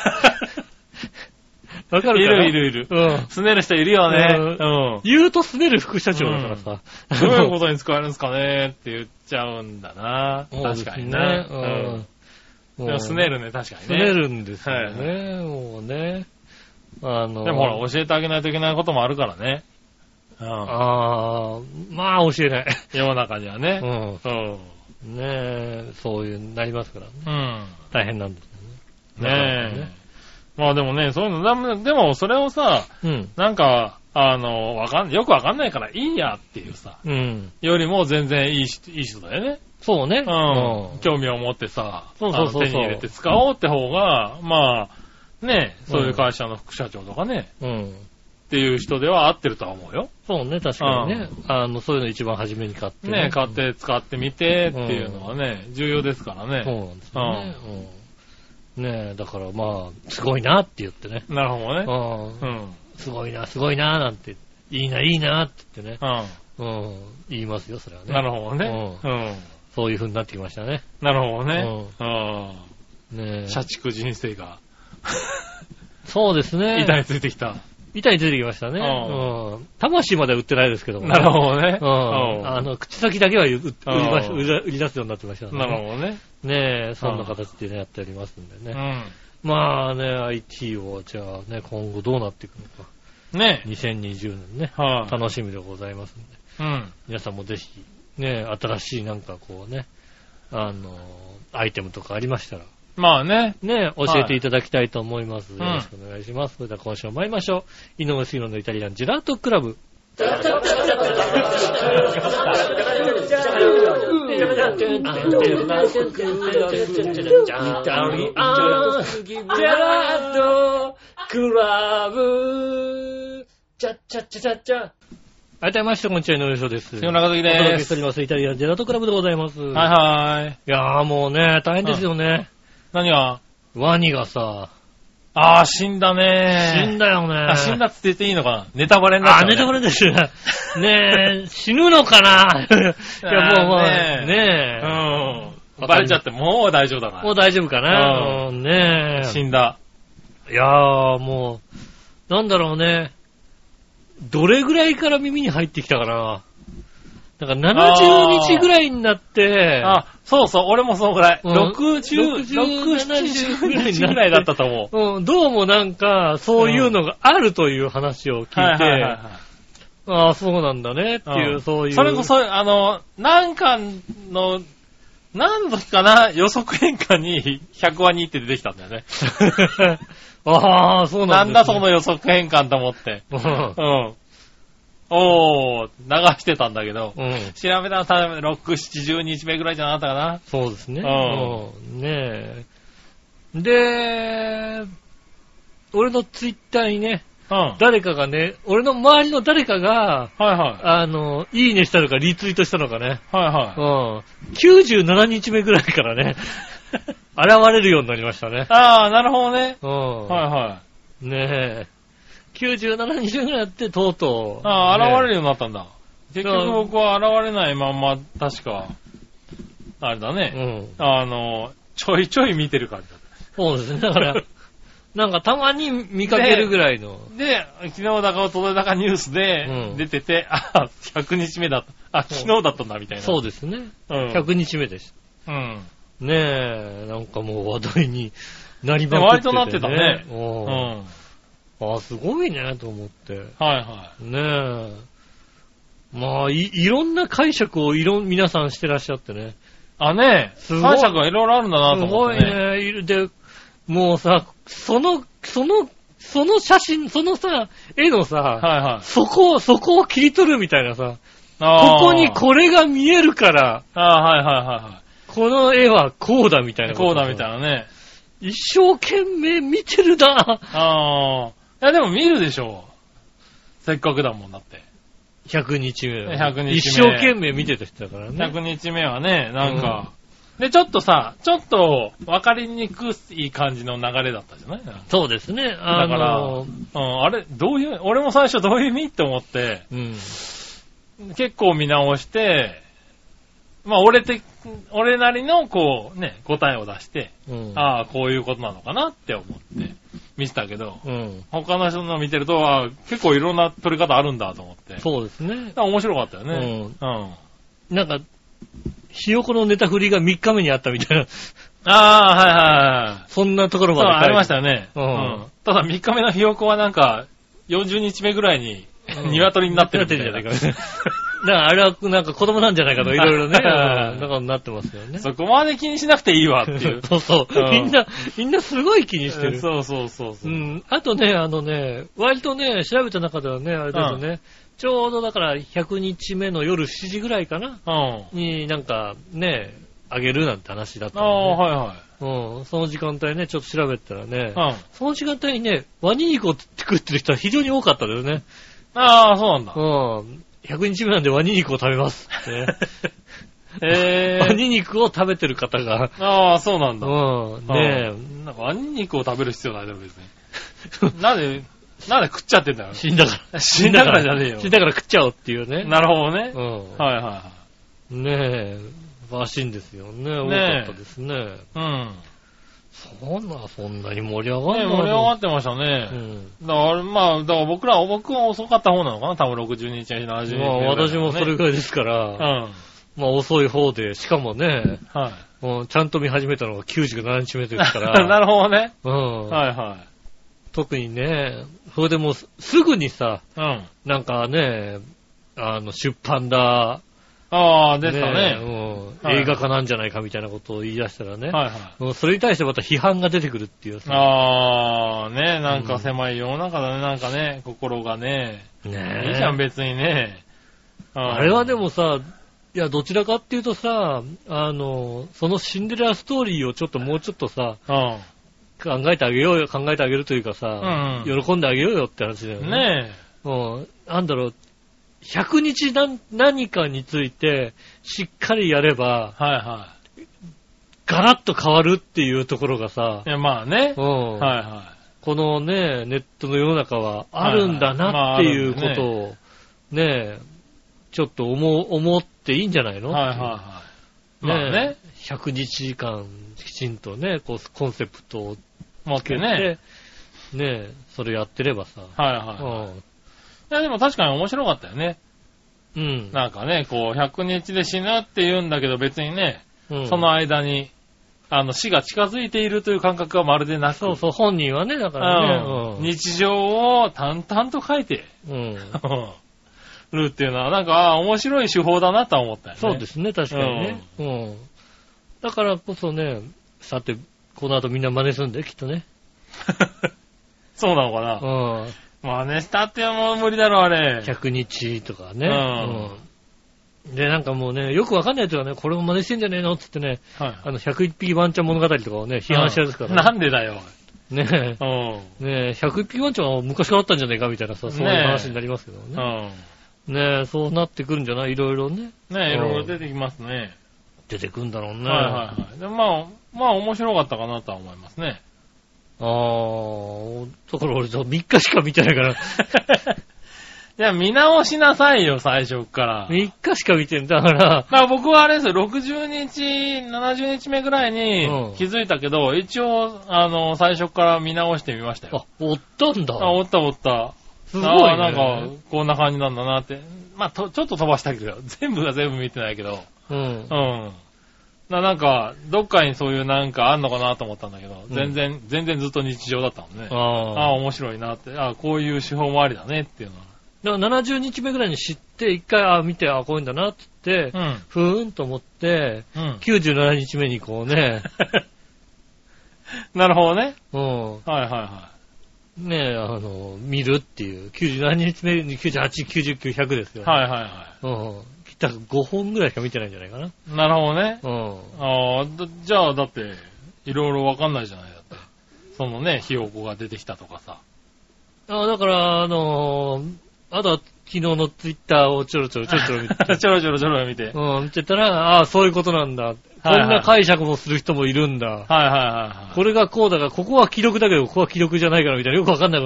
わかいるかなるいるいる。うん。すねる人いるよね。うん。言うと拗ねる副社長だからさ。どう [laughs] いうことに使えるんですかねって言っちゃうんだな。そうで確すかにね。うん。うでん。も、すねるね、確かに拗ね。ねるんですよはね、もうね。あの、でもほら、教えてあげないといけないこともあるからね。うん。ああ、まあ教えない。 [laughs] 世の中にはうね。ん。うん。ねえ、そういう、なりますから。うん。大変なんですよね。ねえ。まあでもね、そういうのだん、でもそれをさ、え。うん。なんか、あの、わかん、よくわかんないからいいやっていうさ、うん。よりも全然いいし、いい人だよね。そうね。うん。興味を持ってさ、そうそうそうそうあの手に入れて使おうって方が、まあ、ね、そういう会社の副社長とかね、うん。っていう人では合ってるとは思うよ。そうね、確かにね。あの、そういうの一番初めに買ってね買って使ってみてっていうのはね、重要ですからそうね。なんですよね。うんねえ、だからまあ、すごいなって言ってね。なるほどね。ううんん。うん。すごいな、すごいな、なんて。いいな、いいな、って言ってね。うん。言いますよ、それはね。なるほどね。ううん。そういう風になってきましたね。なるほどね。うん。ねえ。社畜人生が、そうですね。板についてきた。板についてきましたね。うんうん。魂までは売ってないですけどもね。なるほどね。うん。あの、口先だけは売売りましうん売り売り出すようになってましたね。なるほどね。ねえ、そんな形でねやっておりますんでね。うん。まあね、IT を、じゃあね、今後どうなっていくのか。ね2020年ね、え。はい、楽しみでございますんで。うん。皆さんもぜひ、ね、新しいなんかこうね、あの、アイテムとかありましたら、まあね。ね、教はいえていただきたいと思います。んよろしくお願いします。それでは今週も参りましょう。井上杉野のイタリアンジェラートクラブ。改めまして、こんにちは、井上翔です。杉村和樹お届けでしておりす。ます。イタリアンジェラートクラブでございます。はいはい。いやーもうね、大変ですよね。何がワニがさ、ああ、死んだね。死んだよね。あ、死んだって言っていいのかなネタバレになっあ、た、ね。ネタバレです [laughs] よね。ねえ、死ぬのかないや、もう、まあ、ねえねえ、うん。バレちゃってもう大丈夫だもかう大丈夫かな、ううんねら。え。死んだ。いやー、もう、なんだろうね。どれぐらいから耳に入ってきたかななんかあ70ー日ぐらいになって、あ、そうそう、俺もそのぐらい。うん60、 60 70 70ぐらいだったと思う。うん、どうもなんか、そういうのがあるという話を聞いて、はいはいはいはいああ、そうなんだねっていう、んそういう。それこそ、あの、なんかの、何時かな、予測変換に100話にって出てきたんだよね。 [laughs] ああ、そうななんんだだ、その予測変換と思って。うんうん。おー、流してたんだけど、うん。調べたら多分6、70日目ぐらいじゃなかったかな。そうですね。ううんねえ。で、俺のツイッターにね、うん。誰かがね、俺の周りの誰かが、はいはあの、いいねしたのか、リツイートしたのかね。い。はいはうい。ん。97日目ぐらいからね、 [laughs] 現れるようになりましたね。あー、なるほどね。うん。はいはい。ねえ。97日目ぐらいやって、とうとう。あー、現れるる。ようになったんだ。結だか局ら僕は現れないまんま、確か、あれだね。うん。あの、ちょいちょい見てる感じだっそうですね。だから、なんかたまに見かけるぐらいの。た。で、昨日だかおとといだかニュースうでん出てて、あ、100日目だった。あ、昨日だったんだ、みたいな。そうでですね。す。うん。 100日目でしうん。た。ねえ、なんかもう話題になりまくってて、ね。割となってたねうおうん。はいあ、すごいね、と思って。はねえ。まあ、い、いろんな解釈をいろん、皆さんしてらっしゃってね。い。あ、ねすごい解釈がいろいろあるんだなすと思ごっいてね。ね。いるで、もうさ、その、その、その写真、そのさ、絵のさ、はいはい。そこを、そこを切り取るみたいなさ、あーここにこれが見えるから、あーはいはいはいは。この絵はこうだみたいないとさこうだみたいなね。一生懸命見てるな。ああ。いやでも見るでしょう。せっかくだもんだって。 100日目は。 100日目一生懸命見てた人だからね。 100日目はね、なんか、で、ちょっとさ、ちょっと分かりにくい感じの流れだったじゃないなんかそうですね。あだからの、うん、あれ、どういう、俺も最初どういう意味って思って、うん。結構見直して、まあ俺て、俺なりのこうね、答えを出して、うん。ああ、こういうことなのかなって思って見てたけど、うん。他の人の見てると、ああ結構いろんな取り方あるんだと思って。そうですね。あ面白かったよね。うん。なんか、ひよこのネタ振りが3日目にあったみたいな、 [laughs] ああ、はいはいはい。そんなところそまで書いう、て。ありましたよね。ううんん。ただ3日目のひよこはなんか、40日目ぐらいに、うん鶏になってるみたいなってなるんじゃないか。だからあれはなんか子供なんじゃないか [laughs] と、いろいろね。うんだからなってますよね。そこまで気にしなくていいわっていう。そうそううん。みんな、みんなすごい気にしてうんる。そうそうそうそうう。ん。あとね、あのね、割とね、調べた中ではね、あれだよね、ちょうどだから100日目の夜7時ぐらいかなうん。あになんかね、あげるなんて話だったあ、の、ね。はいはい。うん。その時間帯ね、ちょっと調べたらね、うん。その時間帯にね、ワニ肉を食ってる人は非常に多かったですね。ああ、そうなんだう。ん。100日目なんでワニ肉を食べますってね。[laughs] え [laughs] ワえ。ニ肉を食べてる方が、ああ、そうなんだ。うん、ねえ。なんか、ワニ肉を食べる必要ないだろ、別 [laughs] に。なんで、なんで食っちゃってんだよえ、。死んだから。死んだからじゃねえよ死んだから食っちゃおうっていうね。なるほどね。うん。はいはねえ、らしいんですよね。多ねえかったですね。いはい。そんな、そんなに盛りうん。上がねる盛り上がっってましたたうね。ん。だからあれ、まあ、だから僕ら、僕は遅かった方なのかな多分62日や70日まあ目ぐらいだ私らねもそれぐらいですかうら、ん。まあ遅い方で、しかもね、はい。うんちゃんと見始めたのが97日目ですか [laughs] なら、るほどね。うんはいは特にね、それでもうすすぐにさ、い。うん。なんかね、あの、出版だ、ああ、出たえね。うんはい映画化なんじゃないかみたいなことを言い出したらね、はいはうんそれに対してまた批判が出てくるっていうい。さ、ああ、ね、なんか狭い世の中だね、なんかね、心がね。ねえいいじゃん、別にね。うんあれはで、もさ、いや、どちらかっていうとさ、あの、そのシンデレラストーリーをちょっともうちょっとさ、うん。考えてあげようよ、考えてあげるというかさ、うん喜んであげようよって話だよね。ねうん。なんだろう、100日なん何かについてしっかりやれば、え。はいはガラッと変わるっていうところがさい。い、や、まあねう。んはいはこのね、ネットの世の中はあるんだなっていうはいはこいまああるんだねとを、ねちょっと思う、思っていいんじゃないい。のはいはいはい。まあねね。 100日間きちんとね、こうコンセプトを持っつけてて、ね。ねそれやってればさ、はいはうんい。いや、でも確かに面白かったよね。うん。なんかね、こう、100日で死ぬって言うんだけど、別にね、うんその間に、あの、死が近づいているという感覚はまるでなく。そうそう、本人はね、だからうんね、日常を淡々と書いてうん。うんるっていうのは、なんか、ああ面白い手法だなとは思ったよね。そうですね、確かにね、うん。だからこそね、さて、この後みんな真似するんだよ、きっとね。 [laughs] そうなのかなう。ん。まあね、したってもう無理だろ、あれ。 100日とかね。うんうんで、なんかもうね、よくわかんないやつがね、これを真似してんじゃねえのって言ってね、はいあの、101匹ワンちゃん物語とかをね、批判しちゃうですからね。なんでだよ。ねうえ、ねえ、100匹ワンちゃんは昔からあったんじゃねえかみたいなさ、そういうねえ話になりますけどん。ね。うん。ねえ、そうなってくるんじゃないいろいろね。ねいろいろ出てきますね。出てくんだろうね。はいはいはい。でまあ、まあ面白かったかなとは思いますね。あー、だから俺3日しか見てない [laughs] から、いや、見直しなさいよ、最初っから。だ3日しか見てんだから、から僕はあれですよ、60日、70日目ぐらいうんに気づいたけど、一応、あの、最初っから見直してみましたあ、よ。おったんだ。あ、おったおった。すごい、ね。ああなんか、こんな感じなんだなって。まあ、と、ちょっと飛ばしたけど、 [laughs] 全部が全部見てないけど。うんう。ん。な、なんか、どっかにそういうなんかあんのかなと思ったんだけど、うん全然、全然ずっと日常だったもんね。ああ、あー面白いなって。ああ、こういう手法もありだねっていうのは。だから70日目ぐらいに知って、一回、あー見て、あーこういうんだなって言って、うん。ふーんと思って、うん。 97日目にこう [laughs] ね、なるほどね。うん。はいはいはねえ、あの、見るっていう。97日目に98、99、100ですい。よ。はいはいはうん。多分5本ぐらいしか見てないんじゃないかな。い。なるほどね。うん。ああ、だじゃあだって、いろいろわかんないじゃないだって。そのね、ひよこが出てきたとかさ。あだから、あのーあとは昨日のツイッターをちょろちょろちょろ [laughs] ちょろ見てちょろちょろちょろ見て。うん、見てたら、ああ、そういうことなんだ。こんな解釈もする人もいるんだ。はいはいはいはい。これがこうだから、ここは記録だけど、ここは記録じゃないからみたいな、よくわかんない。記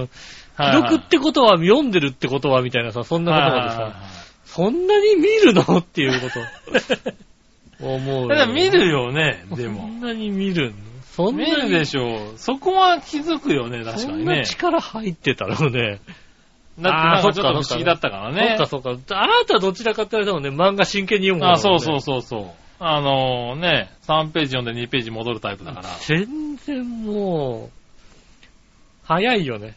はいはい録ってことは読んでるってことはみたいなさ、そんなことまではいはいさ、はいそんなに見るのっていう [laughs] こと。思うよ。でも見るよね、でそも。んなに見るの [laughs] そん見なるに、でしょう。そこは気づくよね、確そかんになね。力入ってたろうね。だってなんあーかちょっと不思議だったからそね。っかそっか。あなたどちらかって言われたもんね、漫画真剣に読む方あだーそもんねうそうそうそう。あのね、3ページ読んで2ページ戻るタイプだから。全然もう、早いよね。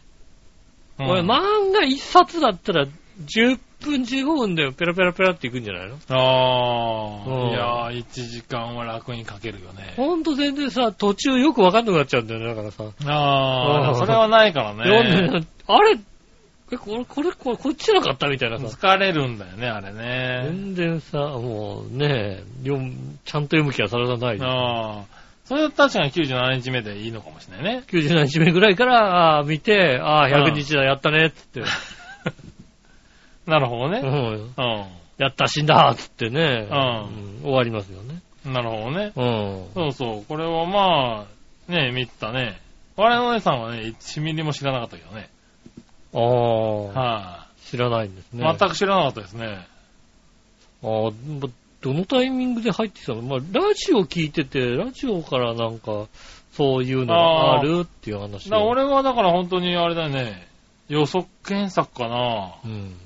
うん俺、漫画一冊だったら、10分15分でペラペラペラっていくんじゃないのあうんあ、いやー、1時間は楽に書けるよね。ほんと全然さ、途中よくわかんなくなっちゃうんだよね、だからさ。あうあ、んそれはないから読んでね。るあれえ、これ、これ、これ、こっちじゃなかったみたいなさ。疲れるんだよね、あれね。全然さ、もうね、読む、ちゃんと読む気はさらさない。ああ、それは確かに97日目でいいのかもしれないね。 97日目ぐらいから、あー見て、あー100日だ、やったね、つ [laughs] って。なるほどうね。ん。うやった、死んだ、つってね、うんうん終わりますよね。ん。なるほどね。うん。そうそう。これはまあ、ね、見たね。我のお姉さんはね、1ミリも知らなかったけどね。あー、は知らないんですい、ね。全く知らなかったですね。ああ、まどのタイミングで入ってきたのまあ、ラジオ聞いてて、ラジオからなんか、そういうのがあるっていう話だを。から俺はだから本当にあれだよね。予測検索かなうん。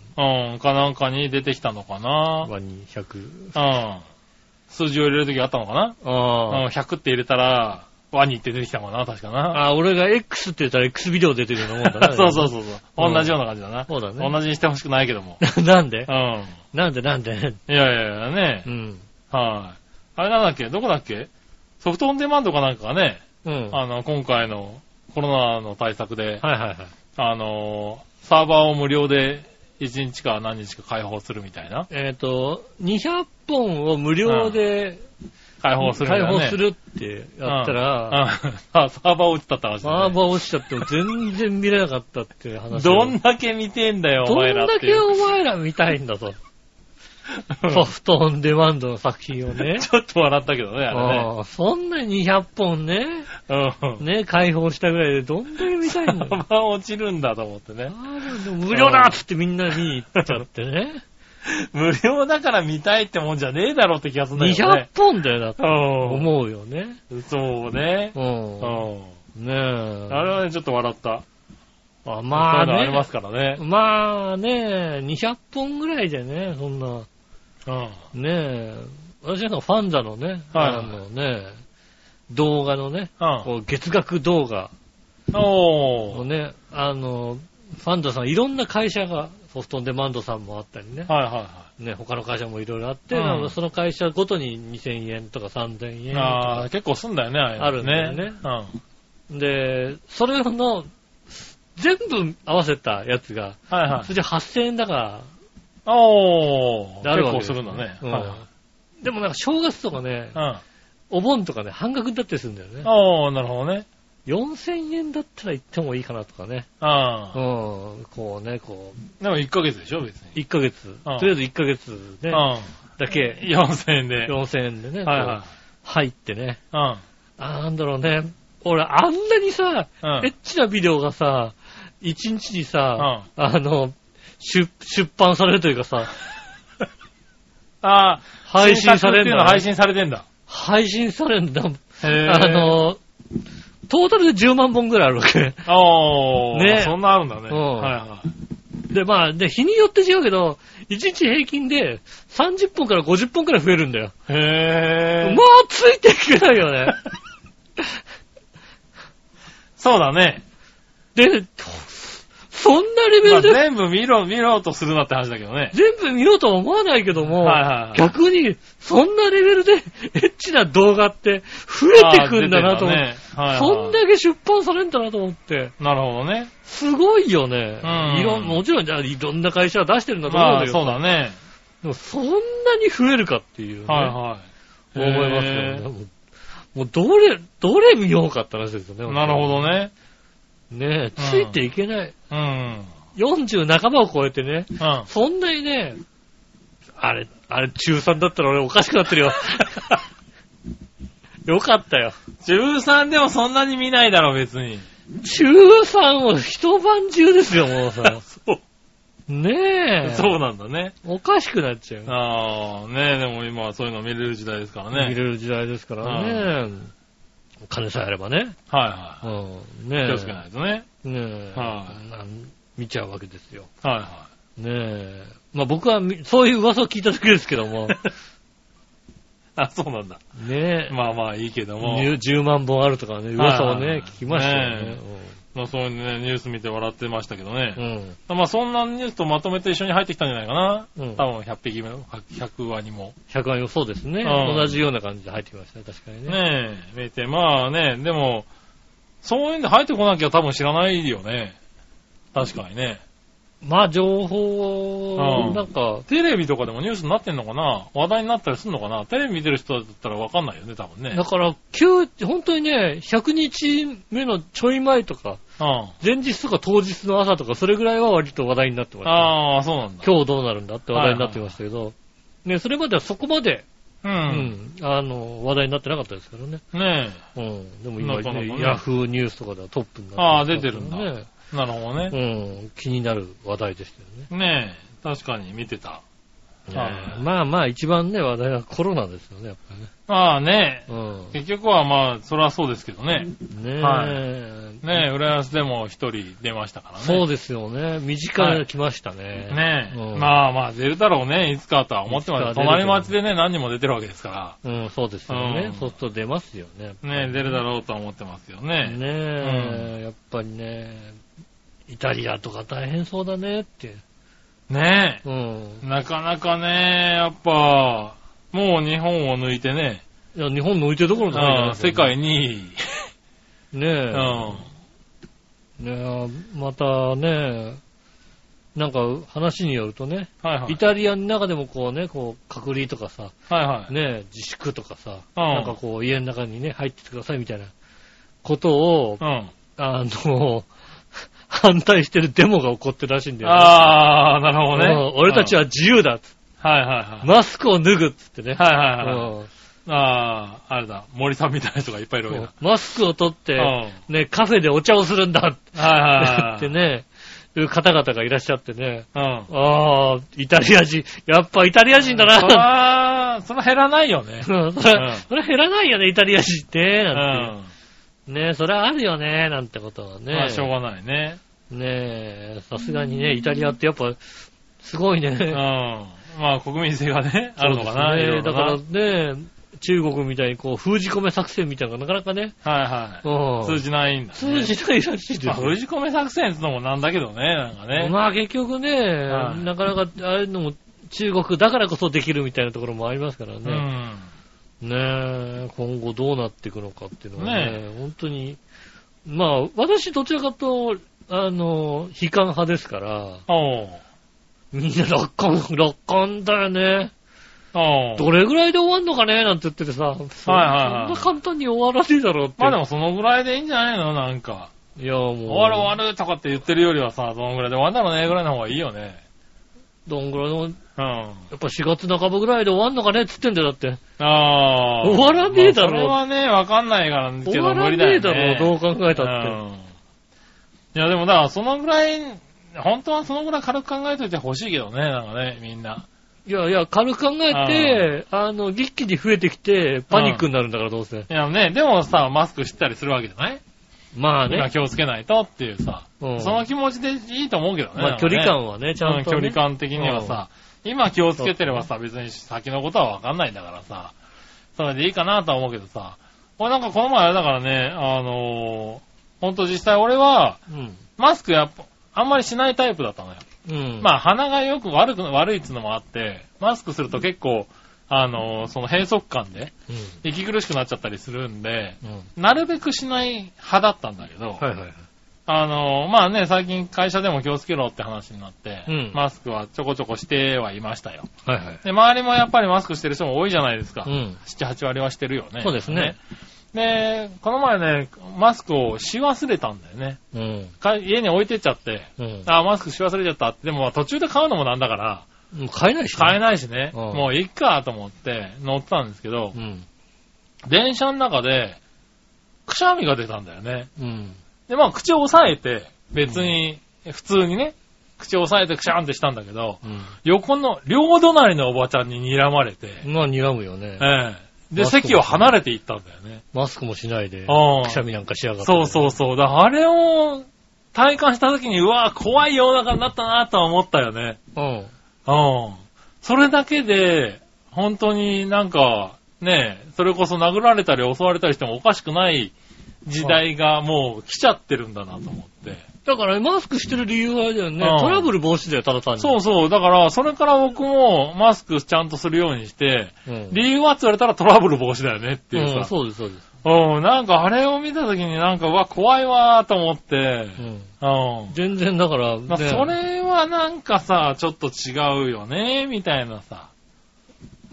うん。かなんかに出てきたのかなワニ100。うん。数字を入れるときあったのかなうん。ああ。 100って入れたら、ワニって出てきたのかな確かな。ああ、俺が X って言ったら X ビデオ出てるようなもんだな。 [laughs] そうそううそうそう。同じような感じだな。そうだね同じにしてほしくないけども。そう。 [laughs] なんでうん。なんでなんでいやいやいやねう。ん。はい。あれなんだっけどこだっけソフトオンデマンドかなんかがね、うん。はいあの、今回のコロナの対策で、はいはい。あの、サーバーを無料で1日か何日か開放するみたいな。えっ、と、200本を無料で開放するみたい開な、ね。放するってやったら、うん。 [laughs] あサーバー落ちたって話だ、ね。サーバー落ちちゃっても全然見れなかったっていう話を。どんだけ見てんだよ、おど前らんっだていけう。。お前ら見たいんだと。ソフトオンデマンドの作品をね [laughs] ちょっと笑ったけどね、あれね。ああそんな200本ね、うん。ね、解放したぐらいでどんだけ見たいんだよサ [laughs] ー。バー落ちるんだと思ってあね。あでも無料だっつってみんな見に行っちゃって [laughs] ね。無料だから見たいってもんじゃねえだろうって気がするんだけど200ね。本だよ、だって。うん。思うよね。そうね。う。うんん。ねえ。あれはね、ちょっと笑った。あままあ、あありまねす。からね。まあね、200本ぐらいでね、そんな、うん。ねえ。私なんかファンザのね、はいあのね、動画のね、うん。こう月額動画。もうおー。ね、あの、ファンドさん、いろんな会社が、ソフトオンデマンドさんもあったりね、はいはね、他の会社もいろいろあって、うんあのその会社ごとに2000円とか3000円いはい。とあかあ、、結構すんだよね、ああいうのあるんだよねうん。で、それの、全部合わせたやつが、はいはいそ。れじゃ8000円だかおー。ら、ある結わけ構ですよるんだね。うんはいでもなんか正月とかね、はいお盆とかね、半額になったりするんだようん。ね。おー、なるほどね。 4000円だったら行ってもいいかなとかね。あうあ。ん、こうね、こでも1ヶ月でしょ、別に。う、1ヶ月、うんとりあえず1ヶ月うね、ん。だけ4000円で。 4000円でね、はいは入ってね。い。うん。あーなんだろうね。俺、あんなにさ、うんエッチなビデオがさ、一日にさ、あの、出、出版されるというかさ、ああ、配信されるんだ、配信されてんだ。配信されるんだ。へあ、の、トータルで10万本ぐらいあるわけ。おー、ねそんなあるんだね。うんはいはい。で、まあ、で、日によって違うけど、一日平均で30本から50本くらい増えるんだよ。へもー。うついていけない [laughs] よね。そうだね。で、そんなレベまあルで全部見ろ、見ろとするなって話だけどね。全部見ようとは思わないけども、はいはいはい逆に、そんなレベルでエッチな動画って増えてくんだなと思って、あー出てんだねはいはいそんだけ出版されんだなと思って、なるほどね。すごいよね。うんいろんもちろん、じゃあいろんな会社は出してるんだと思うんまだあ、けそど、うだね。でもそんなに増えるかっていう、ねはいはい。思いますよへね。ーもうもうどれ、どれ見ようかって話ですよね。なるほどね。ね。ねえ、つうんいていけない。うん。 40半ばを超えてね、うん。そんなにね、あれ、あれ中3だったら俺おかしくなってるよ。 [laughs] よかったよ。 13でもそんなに見ないだろ、別に。。中3を一晩中ですよ、もうさそう。ねえ。そうなんだね。おかしくなっちゃう。ああ、ねえ、でも今はそういうの見れる時代ですから見ね。れる時代ですからね。金さえあればね。はいはうん。ねい。え。気をつけないとね。ねえ。はいなん見ちゃうわけですよ。はいはねえ。まあ僕はみ、そういう噂を聞いただけですけど [laughs] も。い。あ、そうなんだ。ねえ。まあまあいいけども。 10 10万本あるとかね、噂をはいはいはいね、聞きましたよねね。まあそういうね、ニュース見て笑ってましたけどねう。ん。まあそんなニュースとまとめて一緒に入ってきたんじゃないかな。うん多分100匹目、100話にも。 100万予想ですね。うん同じような感じで入ってきましたね、確かにね。ねえ、見て、まあね、でも、そういうんで入ってこなきゃ多分知らないよね。確かにね。まあ、情報うを、んなんか、テレビとかでもニュースになってんのかな話題になったりすんのかなテレビ見てる人だったらわかんないよね、多分ね。だから、9、本当にね、100日目のちょい前とか、うん。前日とか当日の朝とか、それぐらいは割と話題になってました。ああ、そうなんだ。今日どうなるんだって話題になってましたけど、ね、それまではそこまで、う。うんん、あの、話題になってなかったですけどね。ねうん。でも今なかなかねね、ヤフーニュースとかではトップになってああますから出てるんだね。え。なるほどね。うん。気になる話題でしたよね。ねえ。確かに見てた。はいうんまあまあ、一番ね、話題はコロナですよね、やっぱりね。ああねうえ。結局はまあ、それはそうですけどね。ん。ねえ。はいねえ、浦安でも一人出ましたからね。そうですよね。短い来ましたね。ねえ。うんまあまあ、出るだろうね、いつかとは思ってます。いつかは出るけ隣ど町でね、何人も出てるわけですかうん、そうですようねん。そうすると出ますよね。ら。ねえ、出るだろうとは思ってますよね。ねえ、やっぱりね、イタリアとか大変そうだねって。ねうんえ。。なかなかね、やっぱ、もう日本を抜いてね、いや、日本抜いてるところじゃないうん世界に、世界。ねうえ。ん。ねえ、またね、なんか話によるとね、はいはいイ。タリアの中でもこうね、こう隔離とかさ、はいはい。ねえ、自粛とかさ、うんなんかこう家の中にね、入っててくださいみたいなことを、うん。あの、 [laughs] 反対してるデモが起こってるらしいんだよね。ああ、なるうほどんね。俺たちは。は自由だっつってはいはいはい。マスクを脱ぐっつってね。はいはいはいはい。うんああ、あれだ。森さんみたいな人がいっぱいいるわけだ。マスクを取っうてん。、はいね、カフェでお茶をするんだ [laughs] っはいはい。てね、いう方々がいらっしゃってね、うん。ああ、イタリア人、やっぱイタリア人だそな。ら、そら減らないよね。うん [laughs] それ、それ減らないよね、イタリア人って、うなんて。ん。ねそれはあるよね、なんてことはね。まあ、しょうがないね。ねえ、さすがにね、イタリアってやっぱ、すごいね。うん。 [laughs] まあ、国民性がね、あるのかな、いそうろですねいだろからな。ね、中国みたいにこう、封じ込め作戦みたいなのがなかなかね、はいはい。う通んじないんだね。通じないらしいですまよあ、封じ込め作戦ってのもなんだけどね、なんかね。まあ結局ね、はいなかなか、ああいうのも中国だからこそできるみたいなところもありますからうね。ん。ねえ、今後どうなっていくのかっていうのはね、ね本当に、まあ私どちらかと、あの、悲観派ですから、おうみんな楽観、楽観だよね。おうどれぐらいで終わんのかねなんて言っててさ、そんはいはいな簡単に終わらねえだろうって。まあでもそのぐらいでいいんじゃないのなんか。いやもう、終わる終わるとかって言ってるよりはさ、そのぐらいで終わるだろうね、ぐらいの方がいいよね。どんぐらいの、やうん。っぱ4月半ばぐらいで終わんのかねっつってんだよ、だって。ああ。終わらねえだろまあそれはね、わかんないから、け終どわ無ら理だねよえね。だろう、どう考えたって。うんいや、でもだから、そのぐらい、本当はそのぐらい軽く考えといてほしいけどね、なんかね、みんな。いやいや、軽く考えて、あの、一気に増えてきて、パニックになるんだから、どうせ。いやね、でもさ、マスクしたりするわけじゃないまあ今ね。気をつけないとっていうさ、うんその気持ちでいいと思うけどね。まあ、距離感はね、ちなゃんんかとね、ね、うん距離感的にはさ、今気をつけてればさ、別に先のことはわかんないんだからさ、それでいいかなとは思うけどさ、俺なんかこの前あれだからね、あのー、ほんと実際俺は、うん。マスクやっぱ、あんまりしないタイプだったのよ。うん。まあ、鼻がよく悪く、悪いっていうのもあって、マスクすると結構、あの、その閉塞感で、うん。息苦しくなっちゃったりするんで、うん。なるべくしない派だったんだけど、はいはいはい。あの、まあね、最近会社でも気をつけろって話になって、うんマスクはちょこちょこしてはいましたよ。はいはい。で、周りもやっぱりマスクしてる人も多いじゃないですか。うん。 7、8割はしてるよね。そうですね。で、この前ね、マスクをし忘れたんだよね。うん。か家に置いてっちゃって、うん。あ、マスクし忘れちゃった。でもまあ途中で買うのもなんだから、もう買えないし、買なえい。ないしね、うんもういっかと思って乗ってたんですけどう、ん。電車の中で、くしゃみが出たんだよね。うん。で、まあ口を押さえて、別に、普通にね、口を押さえてくしゃんってしたんだけど、う横の両隣のおばちゃんに睨まれて、ん。まあ、睨むよね。ええで、マスクも席を離れていったんだよね。マスクもしないで、ああくしゃみなんかしやがって。そうそうそう。だからあれを体感した時に、うわぁ、怖い世の中になったなとは思ったよね。う。うん。うん。それだけで、本当になんか、ねえ、それこそ殴られたり襲われたりしてもおかしくない時代がもう来ちゃってるんだなと思って。だから、マスクしてる理由はあれだよねうん。トラブル防止だよ、ただ単に。そうそう。だから、それから僕もマスクちゃんとするようにして、うん。、理由はって言われたらトラブル防止だよねっていううんさ。そうです、そうです。うん、なんかあれを見たときになんか、うわ、怖いわーと思って、うん。うん。全然だから、まあ、ねそれはなんかさ、ちょっと違うよね、みたいなさ、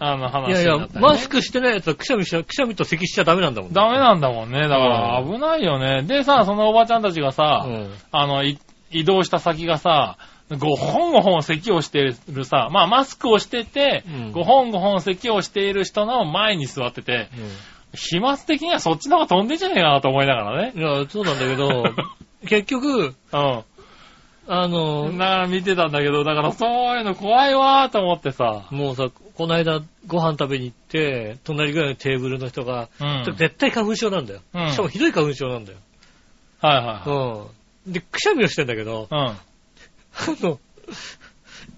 あの話いやいになやったり、ねマスクしてないやつはくしゃみしちゃ、くしゃみと咳しちゃダメなんだもん、ダメなんだもんね。だから危ないよね。でさ、そのおばちゃんたちがさ、うん。あの、い移動した先がさ、ごほんごほん咳をしてるさ、まあマスクをしてて、うんごほんごほん咳をしている人の前に座ってて、飛沫的にはそっちの方が飛んでんじゃねえかなと思いながらねう。ん。いや、そうなんだけ [laughs] ど、結局、うん。あだの、から見てたんだけど、だからそういうの怖いわーと思ってさ。もうさ、この間ご飯食べに行って、隣ぐらいのテーブルの人が、うん。はい絶対花粉症なんだよ。うんしかもひどい花粉症なんだよ。はうん。で、くしゃみをしてんだけどい、はい。あの、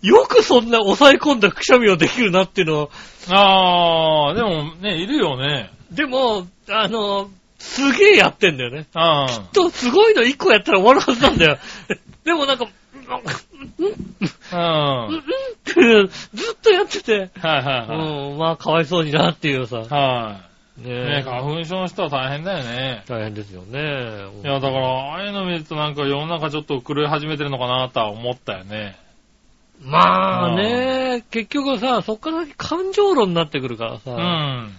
よくそんな抑え込んだくしゃみをできるなっていうのを、うん。あー、でもね、いるよね。でも、あの、すげえやってんだよね。うん。と、すごいの1個やったら終わるはずなんだよ。 [laughs] でもなんか、うん、うん、うん。はうん、いって、ずっとやってて、はいはうん、まあ、かわいそうになっていうさい。、はい。ねねえ、花粉症の人は大変だよね。大変ですよね。いや、だから、ああいうの見るとなんか世の中ちょっと狂い始めてるのかなとは思ったよね。まあね、結局さ、そっから感情論になってくるからさ、うん。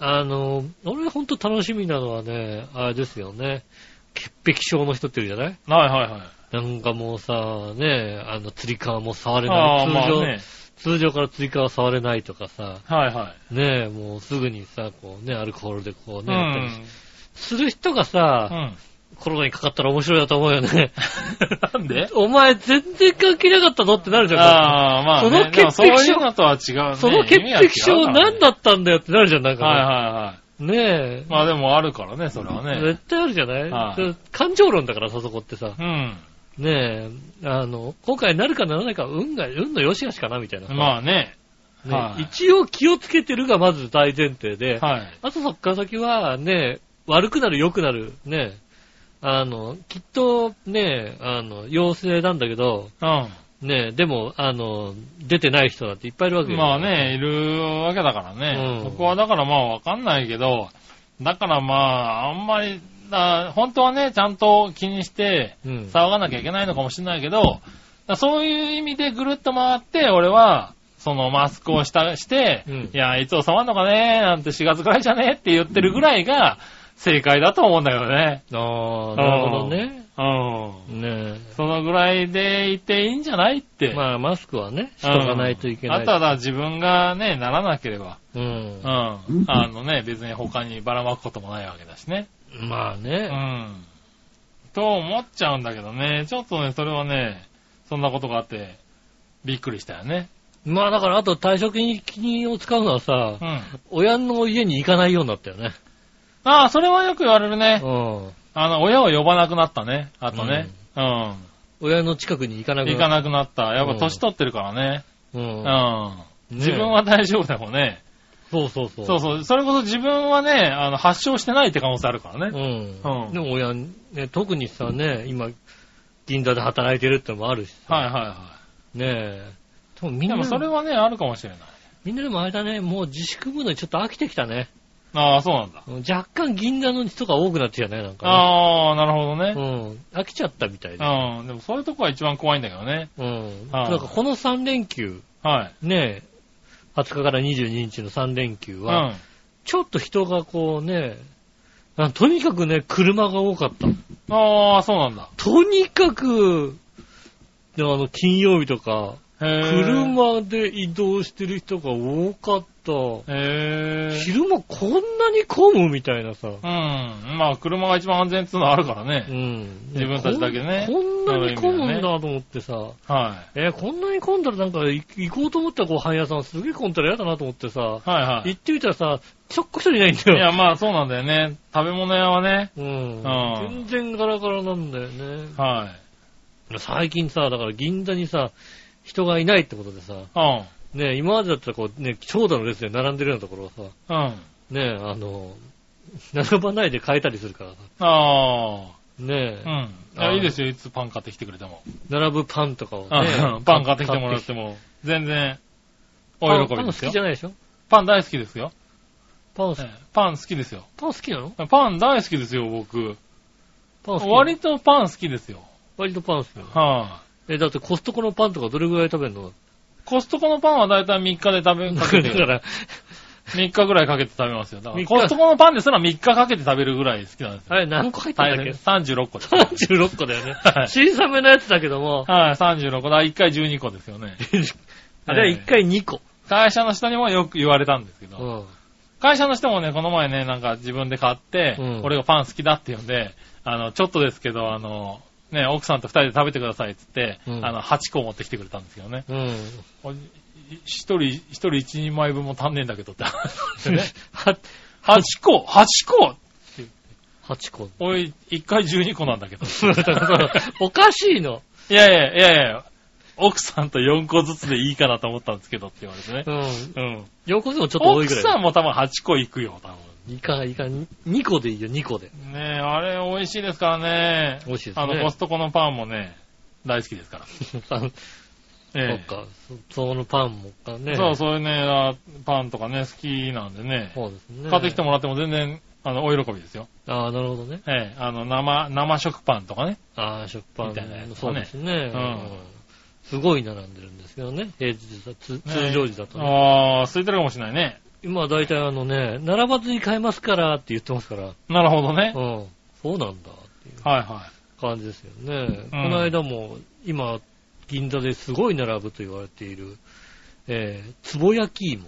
あの、俺ほんと楽しみなのはね、あれですよね、潔癖症の人っているじゃないはいはいはい。なんかもうさ、ね、あの、釣り革も触れあなあ、い。通まあ常、ね。通常から釣り革触れないとかさ、はいはねえ、もうすぐにさ、こうね、アルコールでこうい。ね、やったりしうする人がさ、ん。コロナにかかったら面白いなと思うよね。 [laughs] なんでお前全然関係なかったのってなるじゃん。ああ、まあ、ね、その潔癖症でもそういうのとは違うね。その潔癖症何だったんだよってなるじゃん、なん意味は違うからねはいかはいはね。ねい。まあでもあるからね、それはえ。ね。絶対あるじゃない、はいそれ感情論だからさ、そこってさ。うん。ねえ、あの、今回なるかならないか、運が、運の良し悪しかな、みたいなさ。まあね。ねはい一応気をつけてるがまず大前提で、はい。あとそっから先はね、悪くなる、良くなる、ね、あの、きっとね、あの、陽性なんだけど、うね、でも、あの、出てない人だっていっぱいいるわけん。よまあ。ね、いるわけだからうね。んそこはだからまあわかんないけど、だからまあ、あんまり、だ本当はね、ちゃんと気にして、うん。騒がなきゃいけないのかもしれないけど、だからそういう意味でぐるっと回って、俺は、そのマスクをしたして、うんいや、いつ収まるのかねなんて4月ぐらいじゃねって言ってるぐらいが正解だと思うんだけどね。ああ、なるほどね。うん。ねそのぐらいでいていいんじゃないって。まあ、マスクはね、しとかないといけない。うんあとはだから自分がね、ならなければ。ううんん。。あのね、別に他にばらまくこともないわけだしね。まあうね。ん。と思っちゃうんだけどね。ちょっとね、それはね、そんなことがあって、びっくりしたよね。まあ、だから、あと退職金を使うのはさう、ん。親の家に行かないようになったよね。ああ、それはよく言われるね。うん。あの、親を呼ばなくなったね。あとね。うん。親の近くに行かなく行かななくなった。やっうぱん年取ってるからね。う。うんん。ね自分は大丈夫だもんね。そうそうそう。そうそう。それこそ自分はね、あの、発症してないって可能性あるからね。うん。うんでも親、ね、特にさね、今、銀座で働いてるってのもあるしさ。はいはいはねえ。でもみんい。でな、もそれはね、あるかもしれない。みんなでもあれだね、もう自粛ムードにちょっと飽きてきたね。ああ、そうなんだ。うん若干銀座の人が多くなってきたね、なんかああ、なるほどね、ね。うん。飽きちゃったみたいで。うん。でもそういうとこは一番怖いんだけどね。うん。あーなんかこの3連休、はい。ねえ、20日から22日の3連休うは、ん。ちょっと人がこうね、あとにかくね、車が多かった。ああ、そうなんだ。とにかく、でもあの、金曜日とか、へえ。車で移動してる人が多かった。へえ。昼間こんなに混むみたいなさ。うん。まあ、車が一番安全っつうのはあるからうね。ん。自分たちだけねこんこんなに混むんだと思ってさ。はえーこんなに混んだらなんかい行こうと思ったご飯屋さんすげえ混んだら嫌だなと思ってさ。い。はいは行い。ってみたらさ、ちょっこ一人いないんだいよ。や、まあ、そうなんだよね。食べ物屋はね。うんう。全然ガラガラなんだよね。は最近さ、だから銀座にさ、人がいないってことでさ、い。ね、今までだったらこう、ね、長蛇の列で並んでるようなところをさ、うん。うん。ね、あの、並ばないで買えたりするからさ、あねあ。う、ん。いあや、ーいいですよ。いつパン買ってきてくれても。並ぶパンとかをね [laughs] うん、 [laughs] パン買ってきてもらっても、全然、お喜パンびパンで好すきよじ。ゃないでしょパン大好きですよ。パン、ええパン好きですよ。パン好きなのパン大好きですよ、僕。パン好きなの割とパン好きですよ。割とパン好きなのはえ、だってコストコのパンとかどれぐらい食べるのい。コストコのパンはだいたい3日で [laughs] 食 [laughs] べ、だかけてから、 3日ぐらいかけて食べますよ。だか三日らコストコのパンですら3日かけて食べるぐらい好きなんですあよ。れ何個入って大んだっ変。け36個です。 ?36 個だよね。はい小さめのやつだけども、はい、36個。だ1回12個ですよね。あれは1回2個。会社の人にもよく言われたんですけど、うん。会社の人もね、この前ね、なんか自分で買って、うん俺がパン好きだって言うんで、あの、ちょっとですけど、あの、ね、奥さんと二人で食べてくださいってって、うんあの、8個持ってきてくれたんですけどね。うん。おい一人、一人一人前分も足んねえんだけどって話でね。は8個 !8 個8個。 [laughs] おい、1回12個なんだけど。だからおかしいの。いやいやいやいや、奥さんと4個ずつでいいかなと思ったんですけどって言われてねう。ん。うん。横こもちょっと多いぐ奥らい。さんも多分8個いくよ、多分。いかん、いかん。2個でいいよ、2個で。ねえ、あれ美味しいですからね。美味しいですねあの、コストコのパンもね、大好きですから。パ [laughs] ンそえっか。そそのパンもかえね。そう、そういうね、あパンとかね、好きなんでね。そうですね。買ってきてもらっても全然、あの、お喜びですよ。ああ、なるほどね。ええ、あの、生、生食パンとかね。ああ、食パンみたいなやつだねそうですね、うんすごい並んでるんですけどね。平日だ、つ通常時だとね、ああ、空いてるかもしれないね。今は大体あのね、並ばずに買えますからって言ってますから。なるほどねう。ん。そうなんだっていうはいは感じですよね。この間も、今、銀座ですごい並ぶと言われている、えー、つぼ焼き芋。い。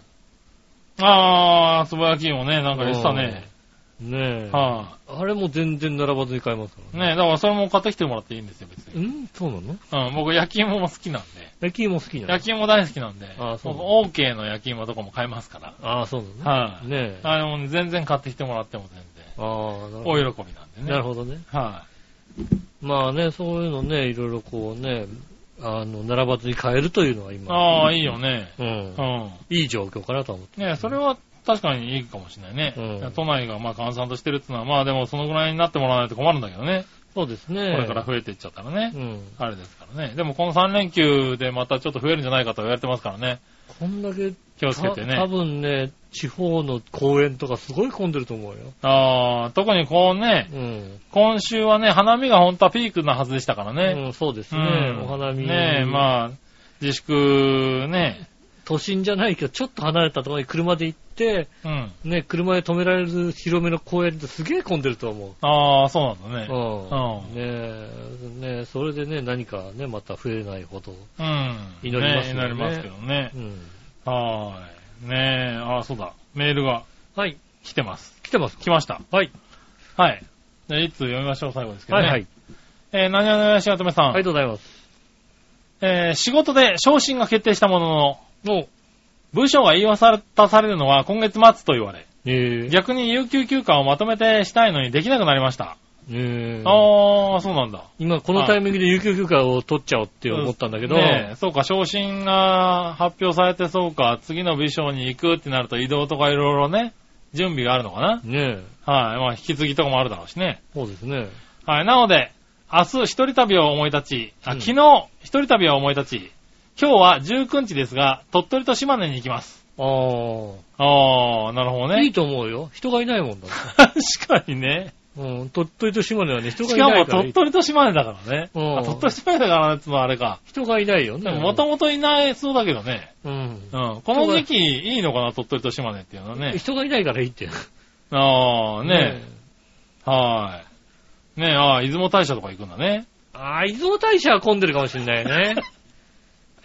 ああ、つぼ焼きもね、なんか言ってたね。うん。ねえ。はあれも全然並ばずに買えますからい。ね。ねえ、だからそれも買ってきてもらっていいんですよ、別に。うんそうなのうん、僕焼き芋も好きなんで。焼き芋好きなの焼き芋大好きなんで。あーそう僕、オーケーの焼き芋とかも買えますから。ああ、そうなのね。はい、ねえ。ああの、全然買ってきてもらっても全あ然。ー、なるほど。お喜びなんでね。なるほどね。はまあね、そういうのね、いろいろこうね、あの、並ばずに買えるというのはあ。今、ああ、いいよね。うんう、ん。いい状況かなとは思って。ねそれは確かにいいかもしれないね。うん都内がまあ閑散としてるってのは、まあでもそのぐらいになってもらわないと困るんだけどね。そうですね。これから増えていっちゃったらね。うん。あれですからね。でもこの3連休でまたちょっと増えるんじゃないかと言われてますからね。こんだけ、気をつけてた多ね。分ね、地方の公園とかすごい混んでると思うよ。ああ、特にこうね、うん。今週はね、花見が本当はピークなはずでしたからね。うん、そうですうね。んお花見。ねえ、あ。まあ、自粛ね。都心じゃないけど、ちょっと離れたところに車で行って、うん。ね、車で止められる広めの公園ってすげえ混んでると思う。ああ、そうなんだね。うん。うんねえ、ねえそれでね、何かね、また増えないほど。うん。祈りますよね祈りますけどねう。ん。はーい。ねえ、ああ、そうだ。メールがはい。来てます。来てます。来ました。はい。はい。じゃあ、いつ読みましょう、最後ですけどはね。いはい。えー、何々よしおとめさん。ありがとうございます。えー、仕事で昇進が決定したものの、も部署が言い渡されるのは今月末と言われ、う、え逆に有給休暇をまとめてしたいのにできなくなりました。えーああ、そうなんだ。今このタイミングで有給休暇を取っちゃおうって思ったんだけど、ねえそうか、昇進が発表されてそうか、次の部署に行くってなると移動とかいろいろね、準備があるのかな。ねえ、はい。まあ、引き継ぎとかもあるだろうしね。そうですね。はい。なので、明日一人旅を思い立ち、あ、うん昨日一人旅を思い立ち、今日は19日ですが、鳥取と島根に行きます。あああ、なるほどあ、いいね。と思うよ。人がいないもんだ。 [laughs] 確かにね。うん、鳥取と島根はね、人がしいかなもいから。鳥取と島根だからね。うんあ鳥取と島根だからねってのはあれか。人がいないよでね。ももともといないそうだけどね。うん。うん。この時期いいのかな、鳥取と島根っていうのはね。人がいないからいいって。ああ、ねえ。はーい。ねえ、ああ、出雲大社とか行くんだね。ああ、出雲大社は混んでるかもしれない [laughs] ね。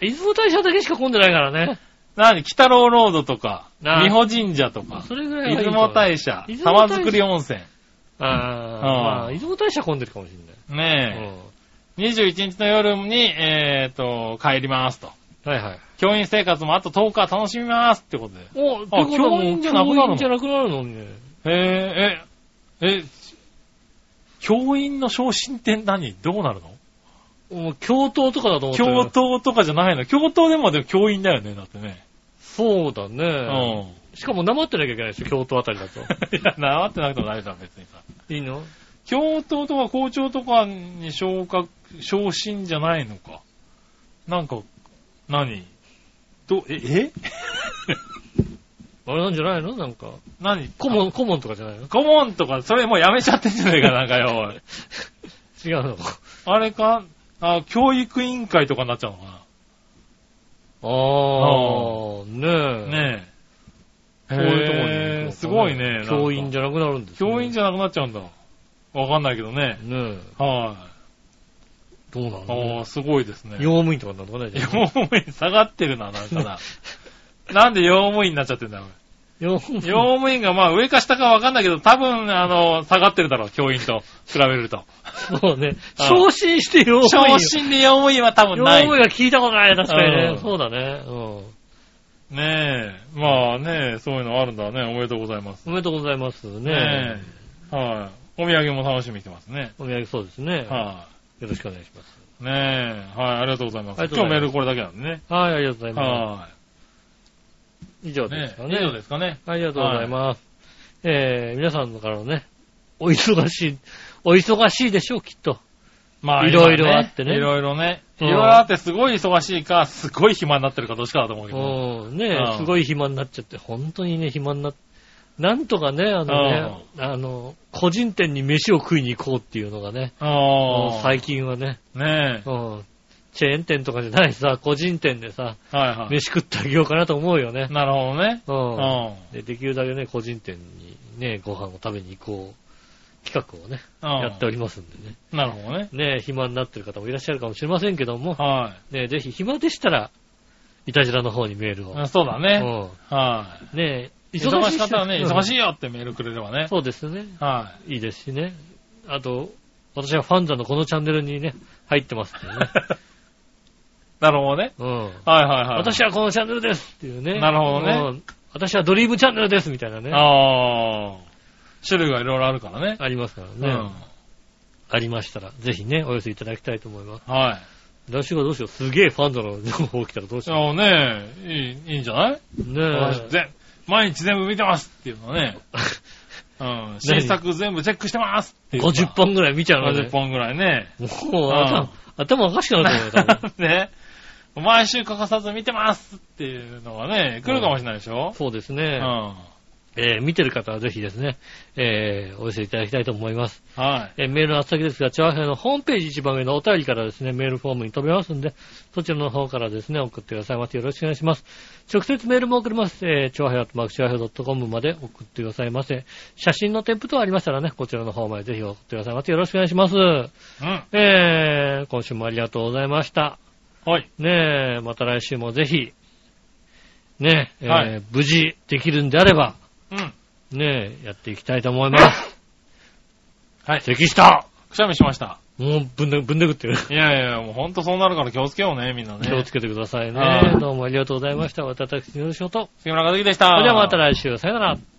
出雲大社だけしか混んでないからね。なに、北郎ロードとか、なあ美保神社とか、それぐらい出はいいか雲大社出、雲大玉社造り温泉。ああ、まあ、出雲大社混んでるかもしれない。うねん。え、21日の夜に、えっ、と、帰りますと。はいはい。教員生活もあと10日楽しみますってことで。お、ってことはもう教員じゃなくなるの教員じゃなくなるのね。へえ、え、え、教員の昇進って何どうなるのもう教頭とかだと思って教頭とかじゃないの教頭でもでも教員だよね、だってね。そうだうね。ん。 [laughs] しかも黙ってなきゃいけないでしょ、教頭あたりだと。いや、習ってなくても大丈夫だ、別にさ。いいの教頭とか校長とかに昇格、昇進じゃないのか。なんか、何ど、え、えあれなんじゃないのなんか、 [laughs] 何顧問、顧問とかじゃないの顧問とか、それもうやめちゃってんじゃねえか、なんかよ、おい違うのか。あれかあ、教育委員会とかになっちゃうのかああ、ねえ。な。ねこえ。うそいうとうころに行くのかいうとこに。すごいね。なんか教員じゃなくなるんですね教員じゃなくなっちゃうんだ。わかんないけどね。ねえ。は。どうないのああ、すごいですね。用務員とかになるのかねじゃ用あ務員下がってるな、なんかな。なんで用務員になっちゃってんだろう。用務員。用務員がまあ上か下かわかんないけど、多分、あの、下がってるだろう、教員と比べる [laughs] と。そうね。ああ昇進して用務員昇を。進で用務員は多分用ない。務員が聞いたことない。確かにうねん。そうだね。うん。ねえ。まあねえ、そういうのあるんだね。おめでとうございます。おめでとうございます。ねねえ。はい。お土産も楽しみに来てますね。お土産そうですね。はよろしくお願いします。い。ねえ。はい、ありがとうございます。ありがとうございます今日メールこれだけなんでね。はい、ありがとうございまはす。以上い。ですねかえ。ね。以上ですかね。ありがとうございます。えー、皆さんからのね、お忙しい、お忙しいでしょう、きっと。まいろいろあってねいろいろね。いうんろいろあって、すごい忙しいか、すごい暇になってるか、どっちかだと思うけど。うん、ねうんすごい暇になっちゃって、本当にね、暇になっなんとかね、あのね、あの、個人店に飯を食いに行こうっていうのがね、もあうあ。最近はね、ねうん、チェーン店とかじゃないさ、個人店でさ、え。はいは飯食ってあげようかなと思うよねい。。なるほどね。うん。うん。で、できるだけね、個人店にね、ご飯を食べに行こう企画をね、やっておりますんでね。なるほどね。ね暇になってる方もいらっしゃるかもしれませんけども、はねぜひ暇でしたら、いたじらの方にメールを。い。そうだね。うはん。ねい。忙し人かったらね、忙しいいよってメールくれればうん。ね。そうですね。はいいですしね。あと、私はファンザのこのチャンネルにね、入ってますんでね。い。なるほどね。うん。 [laughs] はいはいはい。私はこのチャンネルですっていうね。なるほどねうん。私はドリームチャンネルですみたいなね。ああ。種類がいろいろあるからね。ありますからうね。ん。ありましたら、ぜひね、お寄せいただきたいと思います。はい。来週はどうしよう。すげえファンザの情報来たらどうしじよゃあね、いい、いいんじゃない、う。ね私え。ぜ毎日全部見てますっていうのね。うん。新作全部チェックしてます [laughs] っていうのが。 50本ぐらい見ちゃうの50ね。本ぐらいね。もう頭、頭おかしくなる [laughs] と思うよ多分ね。毎週欠かさず見てますっていうのがね、来るかもしれないでしょ、そうですうね。ん。えー見てる方はぜひですね、えーお寄せいただきたいと思います。はい。えーメールの宛先ですが、チャワヘアのホームページ一番上のお便りからですね、メールフォームに飛べますんで、そちらの方からですね、送ってくださいませ。よろしくお願いします。直接メールも送れます。えー、チャワヘアとマークチャワヘア .com まで送ってくださいませ。写真の添付等ありましたらね、こちらの方までぜひ送ってくださいませ。よろしくお願いします。うん。えー、今週もありがとうございました。はい。ねえ、また来週もぜひ、ねえ、えーはい無事できるんであれば、うん。ねえ、やっていきたいと思います。 [laughs] はい咳したくしゃみしました。もうぶんで、ぶんでくってる。いやいや、もうほんとそうなるから気をつけようね、みんなね。気をつけてくださいねは。いどうもありがとうございました。私、よろしくおと。杉村和樹でした。それではまた来週、さよなら。